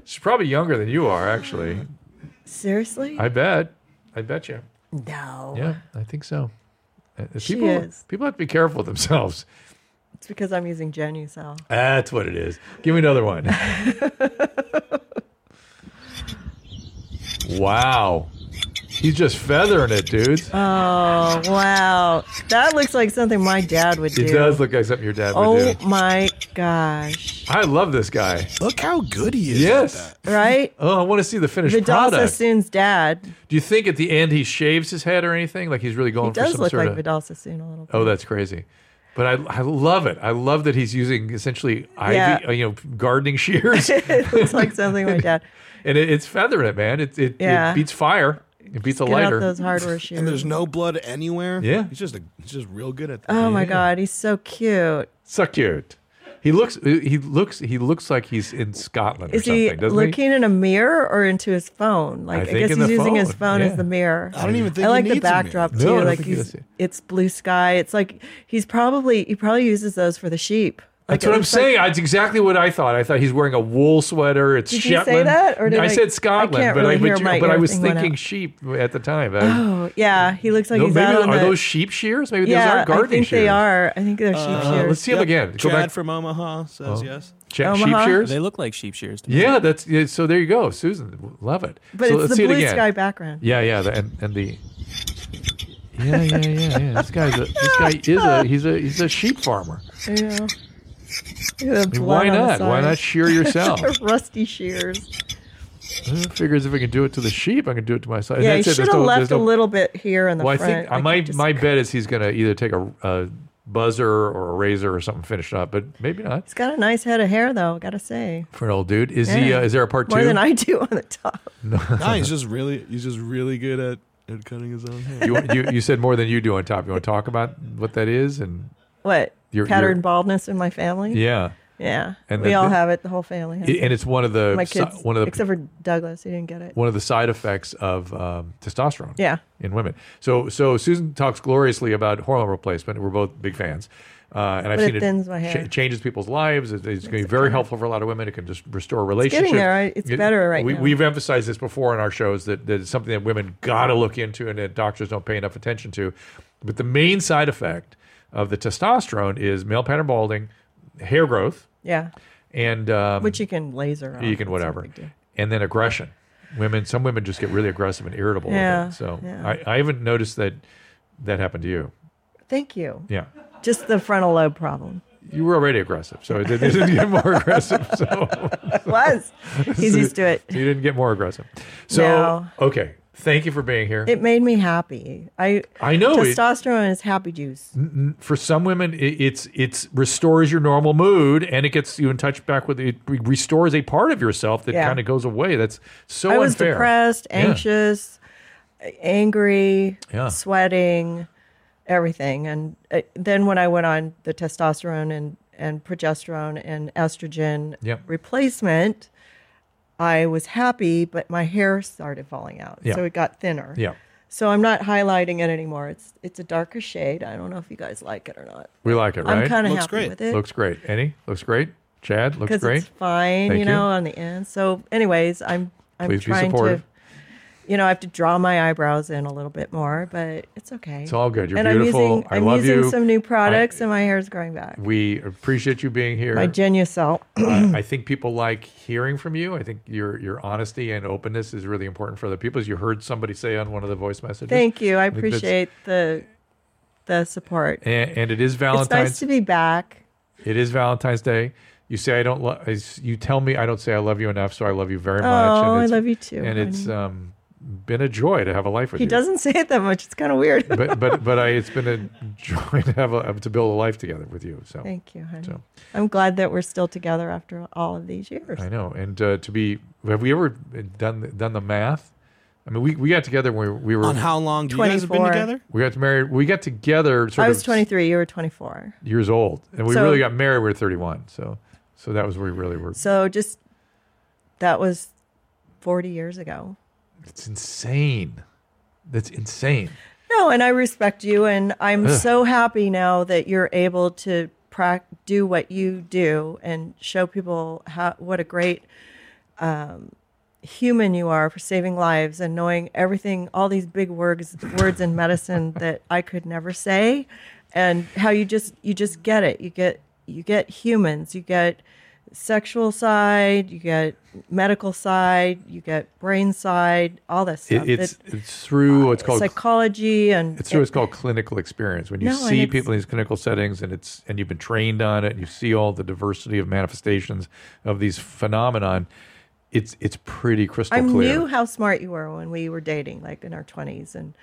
S1: She's probably younger than you are, actually.
S2: Seriously?
S1: I bet. I bet you.
S2: no.
S1: Yeah, I think so. Uh,
S2: She
S1: people,
S2: is.
S1: people have to be careful with themselves.
S2: It's because I'm using Genucel.
S1: That's what it is. Give me another one. wow. He's just feathering it, dudes.
S2: Oh wow, that looks like something my dad would do.
S1: It does look like something your dad would
S2: Oh
S1: do.
S2: my gosh!
S1: I love this guy.
S4: Look how good he is.
S1: Yes.
S2: Right?
S1: Oh, I want to see the finished
S2: Vidal
S1: product.
S2: Sassoon's dad.
S1: Do you think at the end he shaves his head or anything? Like he's really going
S2: He
S1: Oh, for
S2: does
S1: some
S2: look
S1: sort
S2: like
S1: of.
S2: Vidal Sassoon a little bit.
S1: Oh, that's crazy. But I, I love it. I love that he's using essentially
S2: Yeah.
S1: ivy, uh, you know, gardening shears, and
S2: it looks like something my dad.
S1: it, it's feathering it, man. It it,
S2: Yeah.
S1: it beats fire. It beats a
S2: Get out
S1: lighter.
S2: those hardware shoes.
S4: And there's no blood anywhere.
S1: Yeah.
S4: He's just a, he's just real good at that.
S2: oh my god, he's so cute.
S1: so cute. He looks. He looks. He looks like he's in Scotland.
S2: Is
S1: or something,
S2: he
S1: doesn't
S2: looking in a mirror or into his phone? Like I,
S1: think
S2: guess
S1: in
S2: he's
S1: the
S2: using his
S1: phone,
S2: phone
S1: yeah.
S2: as the mirror.
S1: I don't even think
S2: I
S1: he
S2: like the
S1: needs a mirror.
S2: backdrop
S1: No, I
S2: too.
S1: don't
S2: like
S1: think he
S2: he's,
S1: does it.
S2: it's blue sky. It's like he's probably he probably uses those for the sheep. Like,
S1: That's
S2: it
S1: what I'm
S2: looks like-
S1: saying. That's exactly what I thought. I thought he's wearing a wool sweater. It's
S2: Did you say
S1: Shetland.
S2: that, or did
S1: I,
S2: I- I
S1: said Scotland?
S2: can't
S1: but
S2: really
S1: I, but,
S2: hear
S1: you-
S2: my
S1: but I
S2: ear
S1: was
S2: thing went
S1: thinking
S2: out.
S1: sheep at the time. I-
S2: Oh yeah, he looks like
S1: No,
S2: he's
S1: maybe
S2: out on
S1: are
S2: the,
S1: those sheep shears? Maybe those
S2: yeah,
S1: aren't gardening
S2: I think
S1: shears. Uh,
S2: they are. I think they're sheep shears.
S1: let's see him again. Go
S4: Chad
S1: back-
S4: from Omaha says
S1: Oh.
S4: yes.
S1: Check
S2: Omaha?
S1: sheep shears.
S5: They look like sheep shears. To me.
S1: Yeah, that's yeah, so. There you go, Susan. Love it.
S2: But
S1: so
S2: it's
S1: let's
S2: the
S1: see
S2: blue
S1: it again.
S2: sky background.
S1: Yeah, yeah, the, and, and the. Yeah, yeah, yeah, yeah. This guy's a, this guy is a he's a he's a sheep farmer.
S2: Yeah. Look at the
S1: mean,
S2: blood
S1: why
S2: on the
S1: not? Why
S2: side.
S1: not shear yourself?
S2: Rusty shears.
S1: Uh, Figures if I can do it to the sheep, I can do it to myself.
S2: yeah, you
S1: That's it.
S2: should have
S1: There's no-
S2: left
S1: there's no-
S2: a little bit here in the
S1: well,
S2: front.
S1: I think uh, my my bet is he's going to either take a, a buzzer or a razor or something finished up, but maybe not
S2: He's got a nice head of hair, though. Gotta say,
S1: for an old dude. Is he?
S2: Yeah.
S1: Uh, is there a part
S2: more
S1: two?
S2: than I do on the top.
S4: Nah, he's just really he's just really good at, at cutting his own hair.
S1: you, you you said more than you do on top. You want to talk about what that is and
S2: What
S1: Your-
S2: pattern
S1: your-
S2: baldness in my family?
S1: yeah
S2: yeah.
S1: And
S2: we
S1: the-
S2: all
S1: the-
S2: have it. The whole family has
S1: I-
S2: it.
S1: and it's one of the
S2: my
S1: si-
S2: kids,
S1: one of the
S2: except for Douglas, he didn't get it.
S1: one of the side effects of um, testosterone.
S2: Yeah.
S1: in women. So so Susan talks gloriously about hormone replacement. We're both big fans. Uh, and I've
S2: But it
S1: seen it
S2: thins my hair.
S1: changes people's lives. It- it's going to be very helpful for a lot of women. It can just restore relationships.
S2: getting there. I- it's better right
S1: we,
S2: now.
S1: We've emphasized this before in our shows that, that it's something that women got to look into and that doctors don't pay enough attention to. But the main side effect of the testosterone is male pattern balding, hair growth,
S2: Yeah,
S1: and um,
S2: which you can laser. off.
S1: you
S2: It's
S1: can
S2: Oh, no
S1: whatever
S2: big deal.
S1: and then aggression women some women just get really aggressive and irritable
S2: Yeah,
S1: with it so
S2: yeah.
S1: I, I haven't noticed that that happened to you
S2: Thank you.
S1: yeah
S2: Just the frontal lobe problem.
S1: you were already aggressive so it didn't, it didn't get more aggressive so
S2: It was. He's used to it.
S1: so you didn't get more aggressive so
S2: No.
S1: okay thank you for being here
S2: It made me happy. I
S1: I know, it-
S2: testosterone is happy juice.
S1: N- for some women it, it's it's restores your normal mood and it gets you in touch back with it re- restores a part of yourself that
S2: Yeah.
S1: kind of goes away that's so
S2: I was
S1: unfair
S2: depressed,
S1: Yeah.
S2: anxious, angry,
S1: Yeah.
S2: sweating, everything. And uh, then when I went on the testosterone and and progesterone and estrogen
S1: Yep.
S2: replacement, I was happy, but my hair started falling out,
S1: Yeah.
S2: so it got thinner.
S1: yeah.
S2: So I'm not highlighting it anymore. It's it's a darker shade. I don't know if you guys like it or not.
S1: We like it, right?
S2: I'm kind of
S4: Looks
S2: happy
S4: great.
S2: with it.
S1: Looks great. Annie, looks great. Chad, looks
S2: because
S1: great.
S2: it's fine,
S1: Thank
S2: you know,
S1: you.
S2: on the end. So, anyways, I'm I'm
S1: Please be
S2: trying
S1: supportive.
S2: to, you know, I have to draw my eyebrows in a little bit more, but it's okay.
S1: It's all good. You're
S2: and
S1: beautiful.
S2: I'm using,
S1: I
S2: am
S1: love
S2: using
S1: you.
S2: some new products, and my hair's growing back.
S1: we appreciate you being here.
S2: My Genucel.
S1: I, I think people like hearing from you. I think your your honesty and openness is really important for other people. As you heard somebody say on one of the voice messages.
S2: Thank you. I
S1: think that's-
S2: appreciate the the support.
S1: And, and it is
S2: It's
S1: Valentine's.
S2: nice to be back.
S1: It is Valentine's Day. You say I don't love. You tell me I don't say I love you enough, so I love you very much.
S2: Oh, I
S1: it's-
S2: love you too,
S1: And it's uh,
S2: honey.
S1: um, been a joy to have a life with
S2: He
S1: you.
S2: doesn't say it that much. It's kind of weird.
S1: But but but I, it's been a joy to have a, to build a life together with you. So
S2: Thank you, honey.
S1: So.
S2: I'm glad that we're still together after all of these years.
S1: I know. And uh, to be, have we ever done the- done the math? I mean, we, we got together when we, we were
S4: On how long do you guys have been
S2: 24.
S4: together?
S1: we got married. We got together sort
S2: I was
S1: of
S2: 23. You were 24.
S1: years old, and we
S2: So-
S1: really got married. when We were thirty one. So so that was where we really were.
S2: So just that was 40 years ago.
S1: It's insane. That's insane.
S2: No, and I respect you, and I'm
S1: Ugh.
S2: so happy now that you're able to prac- do what you do and show people how what a great um, human you are for saving lives and knowing everything, all these big words words in medicine that I could never say, and how you just you just get it. You get you get humans. You get sexual side. You get medical side. You get brain side. All this stuff.
S1: It, it's
S2: It-
S1: it's through what's called
S2: psychology and
S1: it's through what's called clinical experience. When you
S2: No, and
S1: see
S2: it's-
S1: people in these clinical settings, and it's and you've been trained on it, and you see all the diversity of manifestations of these phenomenon. It's it's pretty crystal
S2: I
S1: clear.
S2: knew how smart you were when we were dating, like in our twenties, and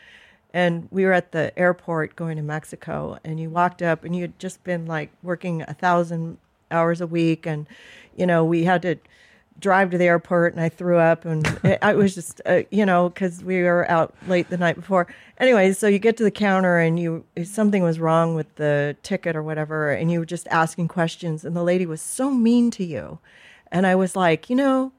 S2: and we were at the airport going to Mexico, and you walked up, and you had just been like working a thousand hours a week, and you know we had to drive to the airport and I threw up and it, I was just uh, you know because we were out late the night before. Anyway, so you get to the counter and you something was wrong with the ticket or whatever, and you were just asking questions, and the lady was so mean to you, and I was like, you know.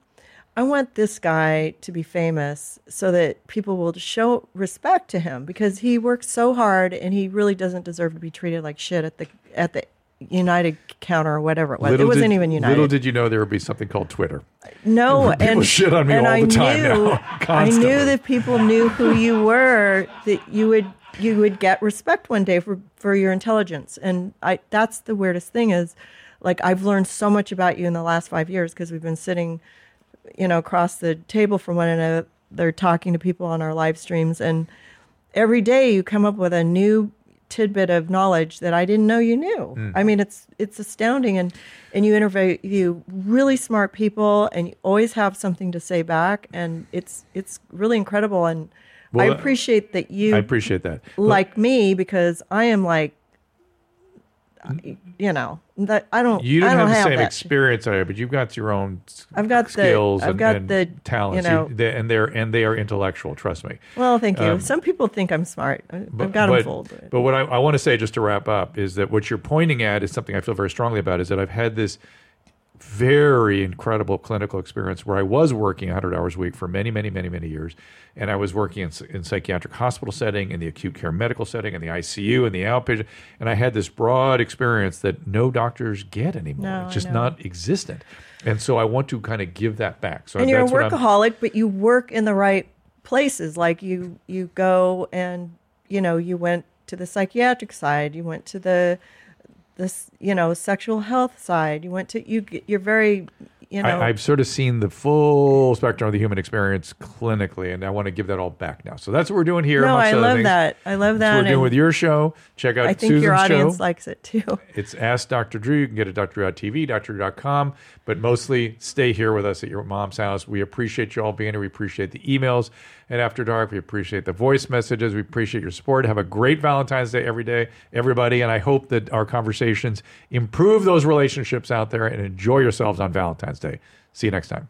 S2: I want this guy to be famous so that people will show respect to him because he works so hard and he really doesn't deserve to be treated like shit at the at the United counter or whatever it was. it wasn't
S1: did,
S2: even United.
S1: Little did you know there would be something called Twitter.
S2: No,
S1: People
S2: and
S1: shit on me
S2: and
S1: all
S2: I
S1: the time
S2: knew,
S1: now,
S2: I
S1: constantly.
S2: knew that people knew who you were. That you would you would get respect one day for for your intelligence. And I that's the weirdest thing is, like I've learned so much about you in the last five years because we've been sitting, you know, across the table from one another. They're talking to people on our live streams, and every day you come up with a new tidbit of knowledge that I didn't know you knew.
S1: Hmm.
S10: Mm.
S2: I mean, it's it's astounding, and and you interview really smart people, and you always have something to say back, and it's it's really incredible, and I
S1: Well, uh,
S2: appreciate that you
S1: I appreciate that.
S2: like me because I am like, you know, that I don't
S1: You didn't
S2: I don't
S1: have the same
S2: that.
S1: experience I had, but you've got your own s-
S2: I've got the-
S1: skills
S2: I've
S1: and,
S2: got
S1: and
S2: the,
S1: talents,
S2: you know-
S1: they, and they're and they are intellectual. Trust me.
S2: well, thank you.
S1: Um,
S2: Some people think I'm smart. I- I've
S1: but-
S2: got
S1: but,
S2: them fooled.
S1: But what I, I want to say, just to wrap up, is that what you're pointing at is something I feel very strongly about. Is that I've had this very incredible clinical experience where I was working 100 hours a week for many, many, many, many years, and I was working in, s- in psychiatric hospital setting, in the acute care medical setting, in the ICU, in the outpatient, and I had this broad experience that no doctors get anymore.
S2: No,
S1: it's
S2: I
S1: just
S2: know.
S1: not existent, and so I want to kind of give that back. So
S2: and you're a
S1: that's what I'm-
S2: workaholic, but you work in the right places. Like you, you go and you know you went to the psychiatric side, you went to the this you know sexual health side, you went to you. g- You're very you know.
S1: I, I've sort of seen the full spectrum of the human experience clinically, and I want to give that all back now. So that's what we're doing here.
S2: no,
S1: amongst
S2: I
S1: other
S2: love
S1: things.
S2: that. I
S1: That's
S2: love that.
S1: what we're doing
S2: and
S1: with your show. Check out
S2: I think
S1: Susan's
S2: your audience
S1: show.
S2: likes it too.
S1: it's Ask Dr. Drew. You can get it at drdrewtv, drdrew.com, but mostly stay here with us at your mom's house. We appreciate you all being here. We appreciate the emails at After Dark. We appreciate the voice messages. We appreciate your support. Have a great Valentine's Day every day, everybody. And I hope that our conversations improve those relationships out there and enjoy yourselves on Valentine's Day. See you next time.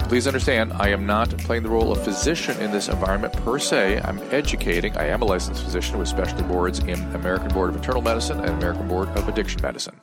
S3: Please understand, I am not playing the role of physician in this environment per se. I'm educating. I am a licensed physician with specialty boards in American Board of Internal Medicine and American Board of Addiction Medicine.